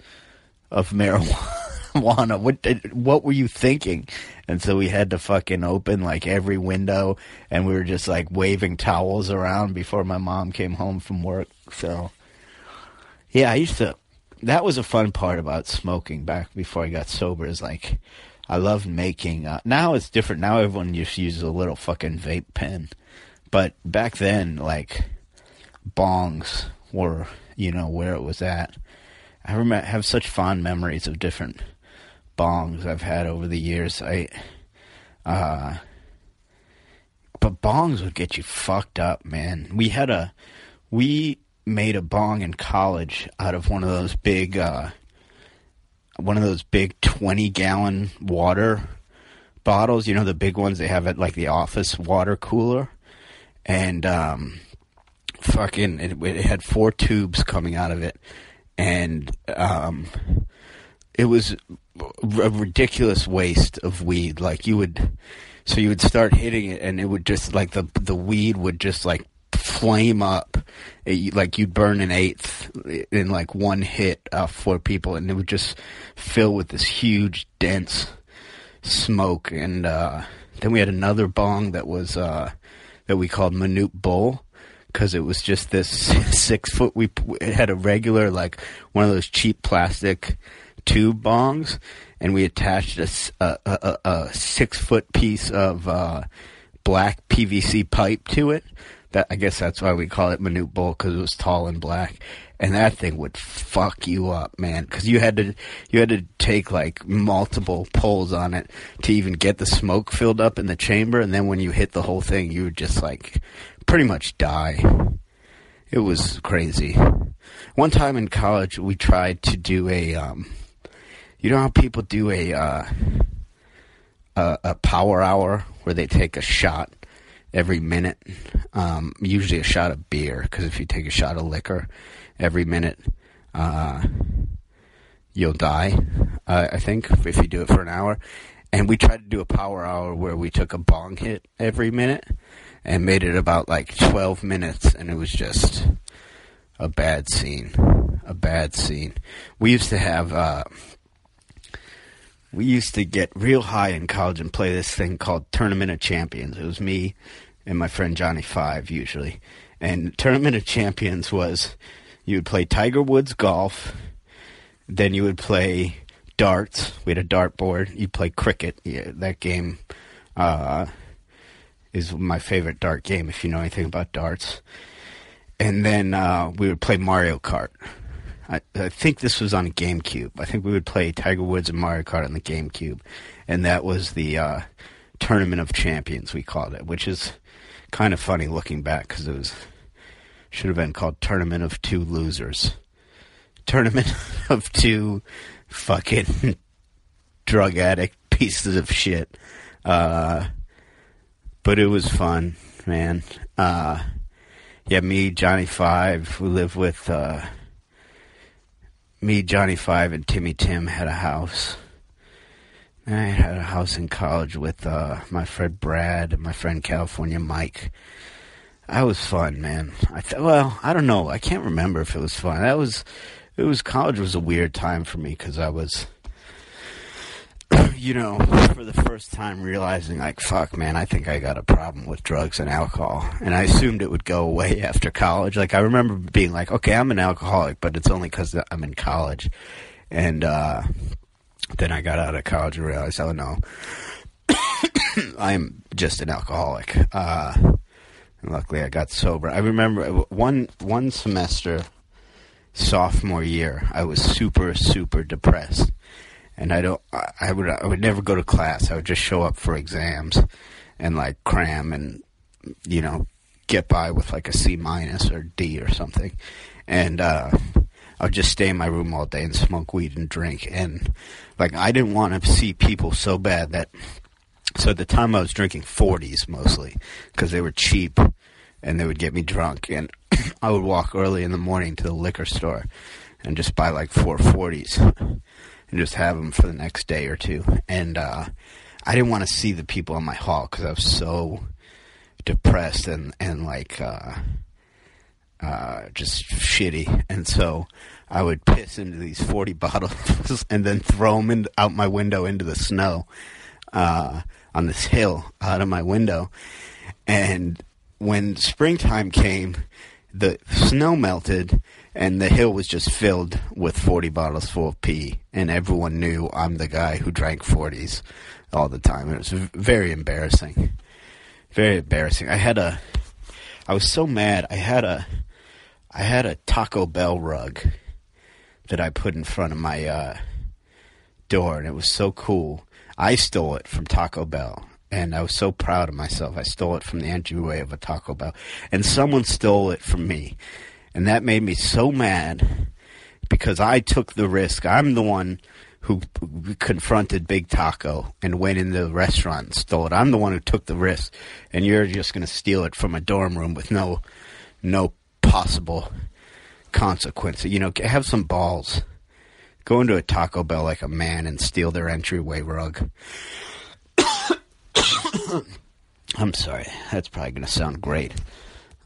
Speaker 4: of marijuana. What did- what were you thinking? And so we had to fucking open like every window, and we were just like waving towels around before my mom came home from work. So yeah, I used to. That was a fun part about smoking back before I got sober. Is like I loved making. Uh, now it's different. Now everyone just uses a little fucking vape pen, but back then, like bongs were you know where it was at. I remember have such fond memories of different bongs I've had over the years. I, uh, but bongs would get you fucked up, man. We had a, we made a bong in college out of one of those big, uh, one of those big twenty gallon water bottles. You know the big ones they have at like the office water cooler, and um, fucking it, it had four tubes coming out of it and um it was a ridiculous waste of weed like you would so you would start hitting it and it would just like the the weed would just like flame up it, like you'd burn an eighth in like one hit uh, for people and it would just fill with this huge dense smoke and uh then we had another bong that was uh that we called minute bowl because it was just this six foot we it had a regular like one of those cheap plastic tube bongs and we attached a, s- a- a- a- a six foot piece of uh black pvc pipe to it that i guess that's why we call it minute bowl because it was tall and black and that thing would fuck you up man because you had to you had to take like multiple pulls on it to even get the smoke filled up in the chamber and then when you hit the whole thing you would just like pretty much die it was crazy one time in college we tried to do a um, you know how people do a uh, a, a power hour where they take a shot every minute, um, usually a shot of beer, because if you take a shot of liquor every minute, uh, you'll die, uh, I think, if you do it for an hour. and we tried to do a power hour where we took a bong hit every minute and made it about like 12 minutes and it was just a bad scene a bad scene we used to have uh we used to get real high in college and play this thing called tournament of champions it was me and my friend johnny five usually and tournament of champions was you would play tiger woods golf then you would play darts. We had a dartboard. You'd play cricket. Yeah, that game uh, is my favorite dart game if you know anything about darts. And then uh, we would play Mario Kart. I, I think this was on GameCube. I think we would play Tiger Woods and Mario Kart on the GameCube. And that was the uh, Tournament of Champions, we called it, which is kind of funny looking back because it was. Should have been called Tournament of Two Losers tournament of two fucking drug addict pieces of shit. Uh, but it was fun, man. Uh, yeah, me, Johnny Five, we live with uh, me, Johnny Five, and Timmy Tim had a house. And I had a house in college with uh, my friend Brad and my friend California Mike. That was fun, man. I th- well, I don't know. I can't remember if it was fun. That was it was college was a weird time for me cuz I was you know, for the first time realizing like fuck, man, I think I got a problem with drugs and alcohol. And I assumed it would go away after college. Like I remember being like, okay, I'm an alcoholic, but it's only cuz I'm in college. And uh then I got out of college and realized, oh no, I'm just an alcoholic. Uh, and luckily, I got sober. I remember one one semester, sophomore year, I was super super depressed, and I don't. I, I would I would never go to class. I would just show up for exams, and like cram and you know get by with like a C minus or D or something, and. uh I would just stay in my room all day and smoke weed and drink, and like I didn't want to see people so bad that so at the time, I was drinking 40s mostly because they were cheap and they would get me drunk. And I would walk early in the morning to the liquor store and just buy like four 40s and just have them for the next day or two. And uh, I didn't want to see the people on my hall because I was so depressed and, and like uh, uh, just shitty. And so I would piss into these 40 bottles and then throw them in, out my window into the snow uh, on this hill out of my window. And when springtime came, the snow melted and the hill was just filled with 40 bottles full of pee. And everyone knew I'm the guy who drank 40s all the time. It was v- very embarrassing. Very embarrassing. I had a. I was so mad. I had a. I had a Taco Bell rug that I put in front of my uh, door, and it was so cool. I stole it from Taco Bell, and I was so proud of myself. I stole it from the entryway of a Taco Bell, and someone stole it from me, and that made me so mad because I took the risk. I'm the one who confronted Big Taco and went in the restaurant and stole it. I'm the one who took the risk, and you're just going to steal it from a dorm room with no, no possible consequence. You know, have some balls go into a Taco Bell like a man and steal their entryway rug. I'm sorry. That's probably going to sound great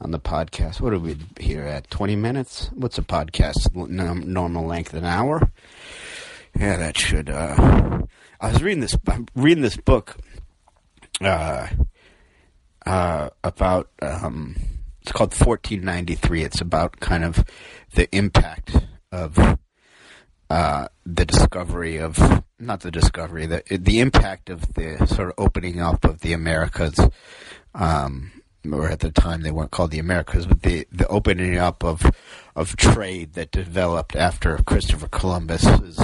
Speaker 4: on the podcast. What are we here at? 20 minutes? What's a podcast? N- normal length, an hour? Yeah, that should. Uh... I was reading this. I'm reading this book uh, uh, about. Um, it's called 1493. It's about kind of the impact of uh, the discovery of not the discovery the the impact of the sort of opening up of the Americas, um, or at the time they weren't called the Americas, but the the opening up of of trade that developed after Christopher Columbus's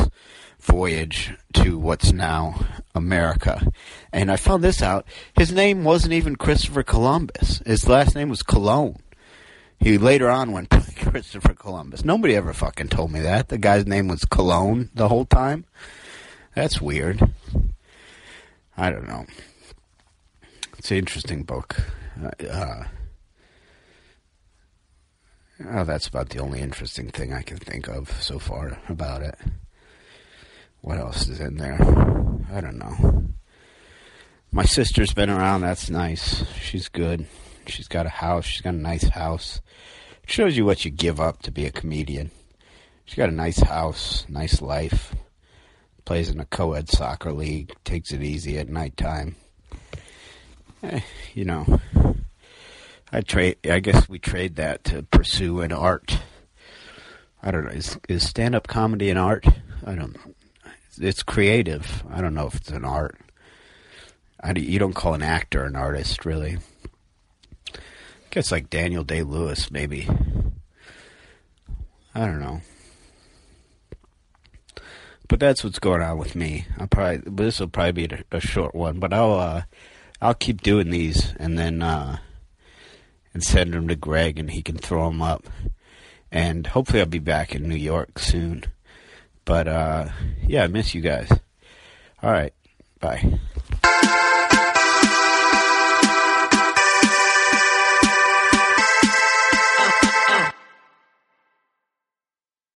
Speaker 4: voyage to what's now America. And I found this out: his name wasn't even Christopher Columbus. His last name was Cologne. He later on went by Christopher Columbus. Nobody ever fucking told me that. The guy's name was Cologne the whole time. That's weird. I don't know. It's an interesting book. Uh, uh, oh, that's about the only interesting thing I can think of so far about it. What else is in there? I don't know. My sister's been around. That's nice. She's good. She's got a house. She's got a nice house. It shows you what you give up to be a comedian. She's got a nice house, nice life. Plays in a co-ed soccer league. Takes it easy at nighttime. Eh, you know, I trade. I guess we trade that to pursue an art. I don't know. Is is stand up comedy an art? I don't. know. It's creative. I don't know if it's an art. I, do- you don't call an actor an artist, really. I guess like Daniel Day Lewis, maybe. I don't know. But that's what's going on with me. I probably this will probably be a, a short one, but I'll uh, I'll keep doing these and then uh, and send them to Greg and he can throw them up. And hopefully I'll be back in New York soon. But uh, yeah, I miss you guys. All right, bye.